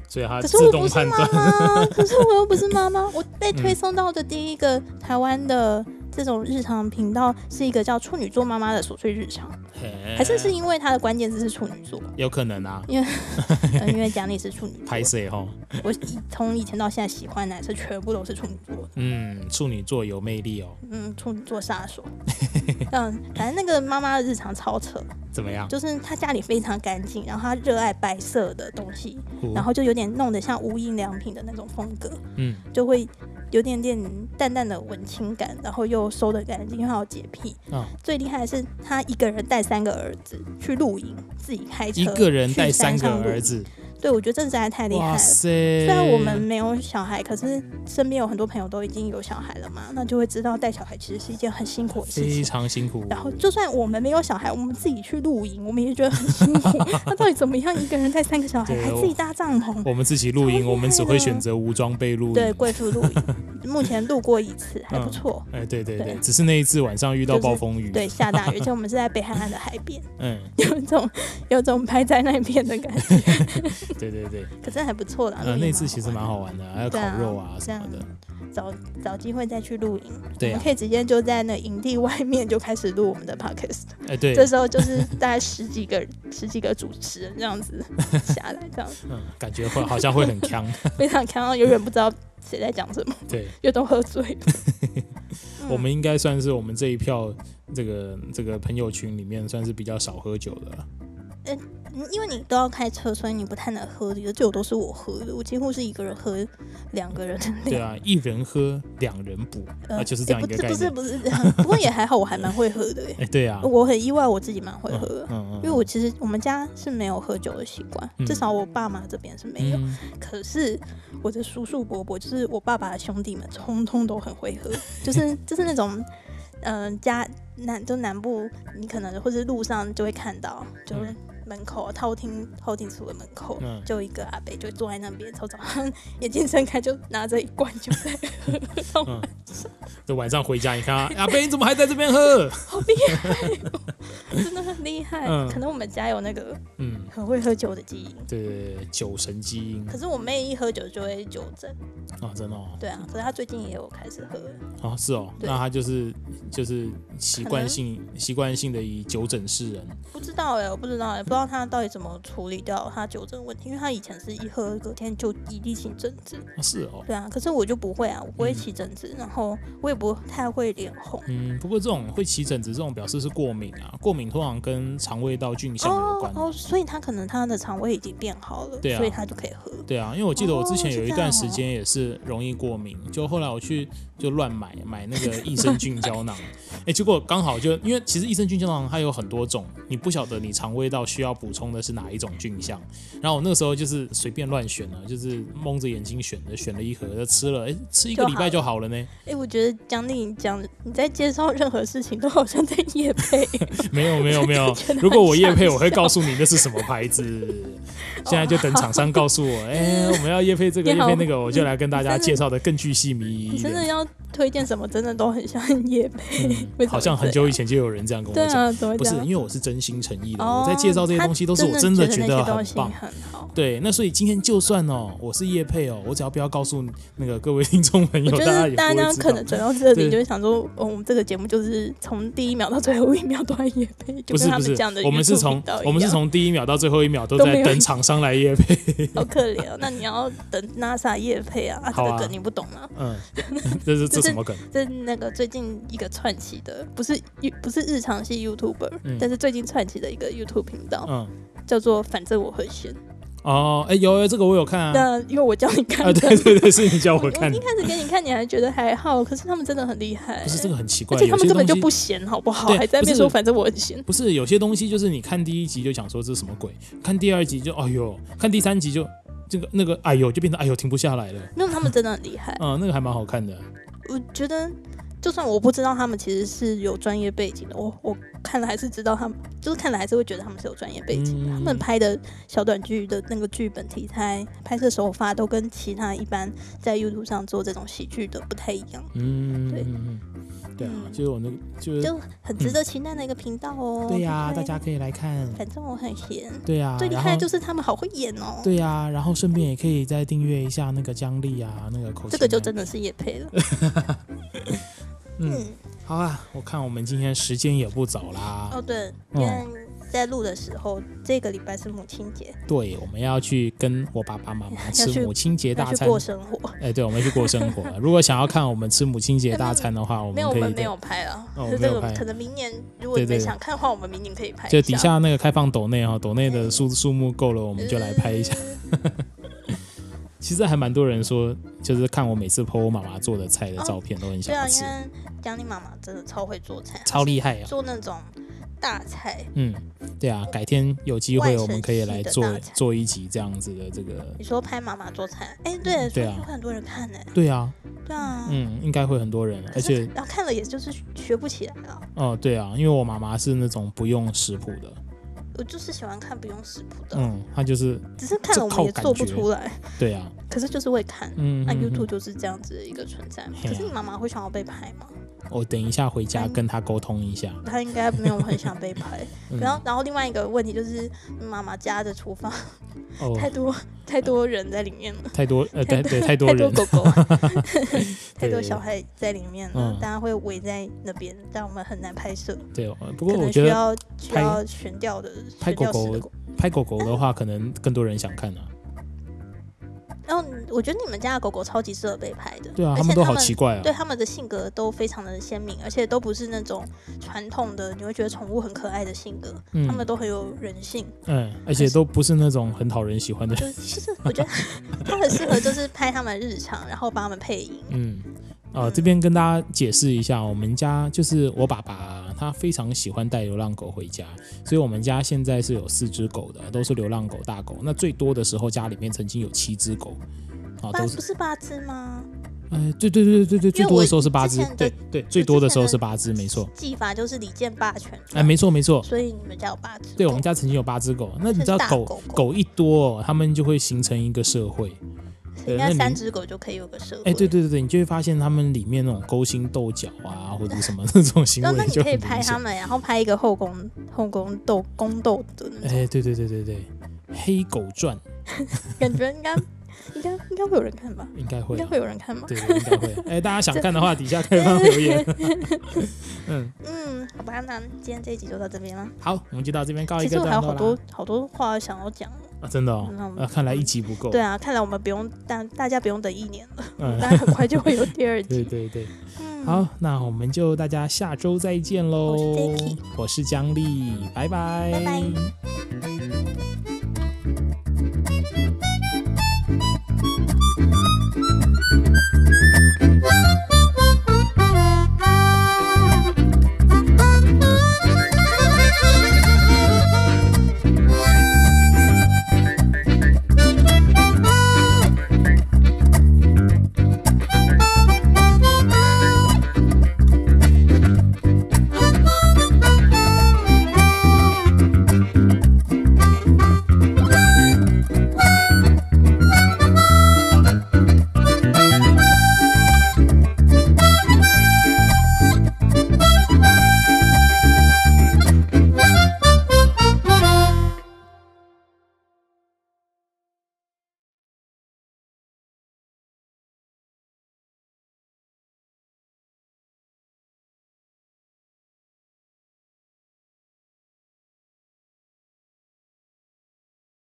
S1: 所以他
S2: 哎可是
S1: 自
S2: 我
S1: 动
S2: 不是
S1: 判
S2: 妈
S1: 断。嗯
S2: 妈，可是我又不是妈妈。我被推送到的第一个台湾的这种日常频道是一个叫处女座妈妈的琐碎日常，
S1: 嘿
S2: 还是是因为它的关键字是处女 座，
S1: 有可能啊，
S2: 呃因为讲你是处女
S1: 拍
S2: 座，
S1: 谁哈？
S2: 我以从以前到现在喜欢的男生全部都是处女座，
S1: 嗯，处女座有魅力哦，
S2: 嗯，处女座 杀手，嗯，反正那个妈妈的日常超扯，
S1: 怎么样？
S2: 就是她家里非常干净，然后她热爱白色的东西，
S1: 哦
S2: 然后就有点弄得像无印良品的那种风格，
S1: 嗯
S2: 就会有点点淡淡的文青感，然后又收的干净，因为他有洁癖。
S1: 啊，
S2: 最厉害的是他一个人带三个儿子去露营，自己开车，
S1: 一个人带
S2: 去
S1: 三
S2: 山
S1: 个
S2: 上露
S1: 儿
S2: 营。
S1: 子，
S2: 对，我觉得这实在太厉害
S1: 哇
S2: 了。
S1: 塞！
S2: 虽然我们没有小孩，可是身边有很多朋友都已经有小孩了嘛，那就会知道带小孩其实是一件很辛苦的事
S1: 非
S2: 情。
S1: 常辛苦，
S2: 然后，就算我们没有小孩，我们自己去露营，我们也觉得很辛苦。 那到底怎么样？一个人带三个小孩，
S1: 对
S2: 还自己搭帐篷，
S1: 我们自己露
S2: 超
S1: 营，
S2: 厉
S1: 我们只
S2: 害
S1: 会
S2: 的
S1: 选择无装备露营。
S2: 对，贵妇露 营，目前露过一次，还不错。
S1: 哎，对对对，
S2: 对
S1: 只是那一次晚上遇到
S2: 就是
S1: 暴风雨，
S2: 对，下大雨，而且我们是在北海岸的海边，
S1: 嗯，
S2: 有一种有种拍在那边的感觉，
S1: 对对对，
S2: 可是还不错的。
S1: 呃，那次其实蛮好玩的，还有烤
S2: 对啊
S1: 肉啊什么
S2: 这
S1: 的
S2: 样，找找机会再去露营，
S1: 对
S2: 我
S1: 啊
S2: 们，可以直接就在那营地外面就开始录我们的 podcast。
S1: 哎对，
S2: 这时候就是大概十几个十几个主持人这样子下来，这样
S1: 嗯，感觉会好像会很 呛，
S2: 非常看到永远不知道谁在讲什么，
S1: 对，
S2: 因为都喝醉了。嗯
S1: 我们应该算是我们这一票这个这个朋友群里面算是比较少喝酒的了，
S2: 哎、但因为你都要开车，所以你不太能喝这个酒，都是我喝的，我几乎是一个人喝两个人的量。
S1: 对啊，一人喝，两人补，
S2: 呃
S1: 啊，就是这样一
S2: 诶
S1: 个
S2: 不
S1: 概
S2: 不是
S1: 念。
S2: 不是 这样，不过也还好，我还蛮会喝的耶。
S1: 哎，对 啊，
S2: 我很意外，我自己蛮会
S1: 嗯
S2: 喝的，
S1: 嗯，
S2: 因为我其实我们家是没有喝酒的习惯，
S1: 嗯
S2: 至少我爸妈这边是没有。
S1: 嗯
S2: 可是我的叔叔伯伯，就是我爸爸的兄弟们，通通都很会 喝，就是就是那种，嗯、家南就南部，你可能或是路上就会看到，就是
S1: 嗯
S2: 门口套厅套厅处的门口，
S1: 嗯
S2: 就一个阿伯就坐在那边，从早上眼睛睁开就拿着一罐酒在喝，
S1: 嗯这晚上回家，你看啊，阿贝你怎么还在这边喝？
S2: 真的很厉害。
S1: 嗯
S2: 可能我们家有那个
S1: 嗯，
S2: 很会喝酒的基因。
S1: 对对对，酒神基因
S2: 可是我妹一喝酒就会酒疹，
S1: 啊，真的哦，
S2: 对啊。可是她最近也有开始喝了，
S1: 啊是哦，
S2: 对
S1: 那他就是就是习
S2: 可
S1: 惯
S2: 能
S1: 性习惯性的以酒疹示人，
S2: 不知道哎、我不知道哎、不知道他到底怎么处理掉他酒疹问题，因为他以前是一喝隔天就一地起疹子，
S1: 啊是哦，
S2: 对啊，可是我就不会啊，我不会
S1: 嗯
S2: 起疹子，然后我也不太会脸红。
S1: 嗯，不过这种会起疹子这种表示是过敏啊，过敏通常跟肠胃道菌相有
S2: 哦
S1: 关。
S2: 哦，所以他可能他的肠胃已经变好了，
S1: 对啊
S2: 所以他就可以喝。
S1: 对啊，因为我记得我之前
S2: 哦
S1: 有一
S2: 是这
S1: 段
S2: 样
S1: 时
S2: 哦
S1: 间也是容易过敏，就后来我去就乱买买那个益生菌胶囊， 哎、结果刚好就因为其实益生菌胶囊它有很多种，你不晓得你肠胃道需要补充的是哪一种菌相，然后我那个时候就是随便乱选了，就是蒙着眼睛选的，选了一盒就吃了，哎、吃一个
S2: 就
S1: 礼拜
S2: 好
S1: 就好了 呢，
S2: 哎、我觉得江丽你讲你在介绍任何事情都好像在夜 配，
S1: 没有没有没有
S2: 觉，得
S1: 如果我
S2: 很
S1: 叶
S2: 想
S1: 配，我会
S2: 笑
S1: 告诉你那是什么牌子。现在就等厂商告诉我，哎、我们要叶配这个
S2: 哦你
S1: 叶
S2: 好
S1: 配那个，我就来跟大家
S2: 你真的
S1: 介绍的更具细迷
S2: 你
S1: 一
S2: 真的
S1: 点。
S2: 要推荐什么，真的都很像夜配。为什么
S1: 嗯好像很
S2: 这样
S1: 久以前就有人这样跟
S2: 对
S1: 我讲，
S2: 啊，怎么
S1: 不是因
S2: 讲？
S1: 为我是真心诚意的，
S2: 哦
S1: 我在介绍这些东西都是我
S2: 他
S1: 真的觉
S2: 觉
S1: 得
S2: 那些东
S1: 很
S2: 西
S1: 棒。
S2: 很好。
S1: 对，那所以今天就算哦，我是叶配哦，我只要不要告诉那个各位听众朋友，
S2: 我觉
S1: 家
S2: 得
S1: 也不
S2: 大家
S1: 会知
S2: 可
S1: 道
S2: 能。转到这
S1: 对
S2: 里，就会想说，哦，我们这个节目就是从第一秒到最后一秒都在夜配，就
S1: 不是
S2: 跟他
S1: 不
S2: 们
S1: 是
S2: 讲的，
S1: 我们是
S2: YouTube
S1: 从
S2: 频道一
S1: 我们是
S2: 样
S1: 从第一秒到最后一秒都
S2: 都
S1: 在
S2: 没有
S1: 等厂商来叶 配，
S2: 好可怜哦。那你要等 NASA 夜配啊，啊这
S1: 好啊
S2: 个梗你不懂吗？
S1: 嗯， 这是这
S2: 就是
S1: 什么梗？
S2: 这是那个最近一个串起的，不是不是日常系 YouTuber，
S1: 嗯
S2: 但是最近串起的一个 YouTube 频道
S1: 嗯，
S2: 叫做“反正我很闲
S1: 哦，哎、有有这个我有看”。啊，
S2: 那因为我叫你
S1: 啊，
S2: 看的，
S1: 对对对，是你叫我
S2: 我
S1: 看
S2: 一
S1: 的，
S2: 开始给你看，你还觉得还好，可是他们真的很厉害
S1: 不，是这个很奇怪，
S2: 而且他
S1: 有
S2: 们
S1: 些
S2: 根本就
S1: 东
S2: 不
S1: 西
S2: 闲，好不好？
S1: 对
S2: 还在那边
S1: 不是
S2: 说“反正我很闲”。
S1: 不是有些东西就是你看第一集就想说这是什么鬼，看第二集就哎呦，看第三集就这个那个哎呦就变成哎呦停不下来了，
S2: 没有，他们真的很厉害。
S1: 嗯，那个还蛮好看的，
S2: 我觉得，就算我不知道他们其实是有专业背景的，我我看了还是知道他们，就是看了还是会觉得他们是有专业背景
S1: 嗯
S2: 的。他们拍的小短剧的那个剧本题材、拍摄手法都跟其他一般在 YouTube 上做这种喜剧的不太一样，
S1: 嗯，
S2: 对
S1: 嗯嗯对啊，
S2: 嗯
S1: 就是我那个就是
S2: 就很值得期待的一个频道哦。
S1: 呃嗯对呀、
S2: 不
S1: 大家可以来看，
S2: 反正我很闲，
S1: 对呀、
S2: 最厉
S1: 然
S2: 害
S1: 后
S2: 的就是他们好会演哦。
S1: 对呀、啊然后顺便也可以再订阅一下那个姜丽啊，那个口
S2: 这个
S1: 琴
S2: 就
S1: 啊
S2: 真的是也配了。
S1: 嗯，好啊，我看我们今天时间也不早啦，
S2: 哦对，因
S1: 嗯
S2: 为在录的时候，这个礼拜是母亲节，
S1: 对，我们要去跟我爸爸妈妈
S2: 要
S1: 吃
S2: 去
S1: 母亲节
S2: 要
S1: 大
S2: 去
S1: 餐，
S2: 过生活。
S1: 哎、对，我们去过生活。如果想要看我们吃母亲节大餐的话，我
S2: 没
S1: 们
S2: 有，我
S1: 可以
S2: 们没
S1: 在
S2: 有拍啊，
S1: 哦
S2: 就
S1: 没 有
S2: 这个
S1: 拍
S2: 可能明年如果
S1: 对
S2: 你们
S1: 对
S2: 想看的话，我们明年可以拍一下。
S1: 就底下那个开放抖内哦，抖内的数数目够了，我们就来拍一下。其实还蛮多人说，就是看我每次 PO 我妈妈做的菜的照片，都很
S2: 对啊，
S1: 想
S2: 因
S1: 吃，
S2: 为江丽妈妈真的超会做菜，
S1: 超厉害啊！
S2: 做那种大菜。
S1: 嗯，对啊，改天有机会我们可以来做
S2: 外省系的大餐
S1: 做一集这样子的这个。
S2: 你说拍妈妈做菜，哎，对，
S1: 对
S2: 所以
S1: 啊
S2: 会很多人看呢。
S1: 对啊，
S2: 对啊，
S1: 嗯，应该会很多 人，而
S2: 可是
S1: 且
S2: 然后看了也就是学不起来啊。
S1: 哦、对啊，因为我妈妈是那种不用食谱的，
S2: 我就是喜欢看不用食谱的，
S1: 嗯，她就是
S2: 只是看了我
S1: 这靠
S2: 们也
S1: 感
S2: 做不
S1: 觉
S2: 出来，
S1: 对啊，
S2: 可是就是会看。
S1: 嗯，
S2: 那
S1: 嗯嗯
S2: 啊 YouTube 就是这样子的一个存在嘛。
S1: 嘿啊
S2: 可是你妈妈会想要被拍吗？
S1: 我等一下回家
S2: 嗯
S1: 跟她沟通一下。
S2: 她应该没有很想被拍。
S1: 嗯
S2: 然后，然后另外一个问题就是，妈妈家的厨房
S1: 哦，
S2: 太多太多人在里面了，
S1: 太多呃，对对，太多
S2: 太多
S1: 人，
S2: 狗狗 啊，太
S1: 对
S2: 多小孩在里面了
S1: 嗯，
S2: 大家会围在那边，让我们很难拍摄。
S1: 对。呃不过
S2: 可
S1: 我
S2: 能需
S1: 觉得
S2: 要需
S1: 拍
S2: 要悬吊的
S1: 拍
S2: 悬吊式
S1: 狗
S2: 的
S1: 狗拍狗狗的话，可能更多人想看啊。
S2: 然后我觉得你们家的狗狗超级适合被拍的，
S1: 对啊，
S2: 而
S1: 他
S2: 且
S1: 们都好奇怪啊。
S2: 对他们的性格都非常的鲜明，而且都不是那种传统的你会觉得宠物很可爱的性格，
S1: 嗯
S2: 他们都很有人性。
S1: 嗯，而且都不是那种很讨人喜欢的人。
S2: 就其实我觉得它很适合，就是拍他们日常，然后帮他们配音。
S1: 嗯，呃，这边跟大家解释一下，我们家就是我爸爸，他非常喜欢带流浪狗回家，所以我们家现在是有四只狗的，都是流浪狗大狗。那最多的时候，家里面曾经有七只狗，啊，
S2: 八
S1: 都
S2: 不
S1: 是，
S2: 是八只吗？
S1: 呃，对对对对对，最多的时候是八
S2: 因
S1: 只
S2: 为我，之前
S1: 对
S2: 的
S1: 对，最多的时候是八只，没错，
S2: 技法就是李健霸权。
S1: 哎，没错没错，
S2: 所以你们家有八只狗？
S1: 对我们家曾经有八只狗，那你知道
S2: 是大
S1: 狗
S2: 狗狗
S1: 狗一多、哦，它们就会形成一个社会。对
S2: 应
S1: 那
S2: 该
S1: 你
S2: 三只狗就可以有个社会。
S1: 哎，对。对对对，你就会发现它们里面那种勾心斗角啊，或者什么 那种行
S2: 然后啊那
S1: 为
S2: 你
S1: 就
S2: 可以
S1: 很
S2: 拍
S1: 明显
S2: 他。们，然后拍一个后宫后宫斗宫斗的那种，
S1: 哎，对对对对对，《黑狗传》
S2: 感觉应该应该应该会有人看吧？
S1: 应该
S2: 应
S1: 会
S2: 该
S1: 啊，
S2: 会有人看吧？
S1: 对，应该会。哎，大家想看的话，底下可以 帮我留言。嗯，
S2: 嗯，好吧，那今天这一集就到这边了。
S1: 好，我们就到这边告一
S2: 其
S1: 个
S2: 实我还
S1: 段落
S2: 有好
S1: 啦
S2: 多好多话想要讲。
S1: 啊，真的
S2: 那
S1: 哦
S2: 我，们
S1: 呃，看来一集不够。
S2: 对啊，看来我们不用大大家不用等一年了，
S1: 嗯，
S2: 大家很快就会有第二
S1: 对
S2: 集。
S1: 对对。
S2: 嗯，
S1: 好，那我们就大家下周再见喽。
S2: 我是 Jacky
S1: 我是姜丽，拜拜
S2: 拜拜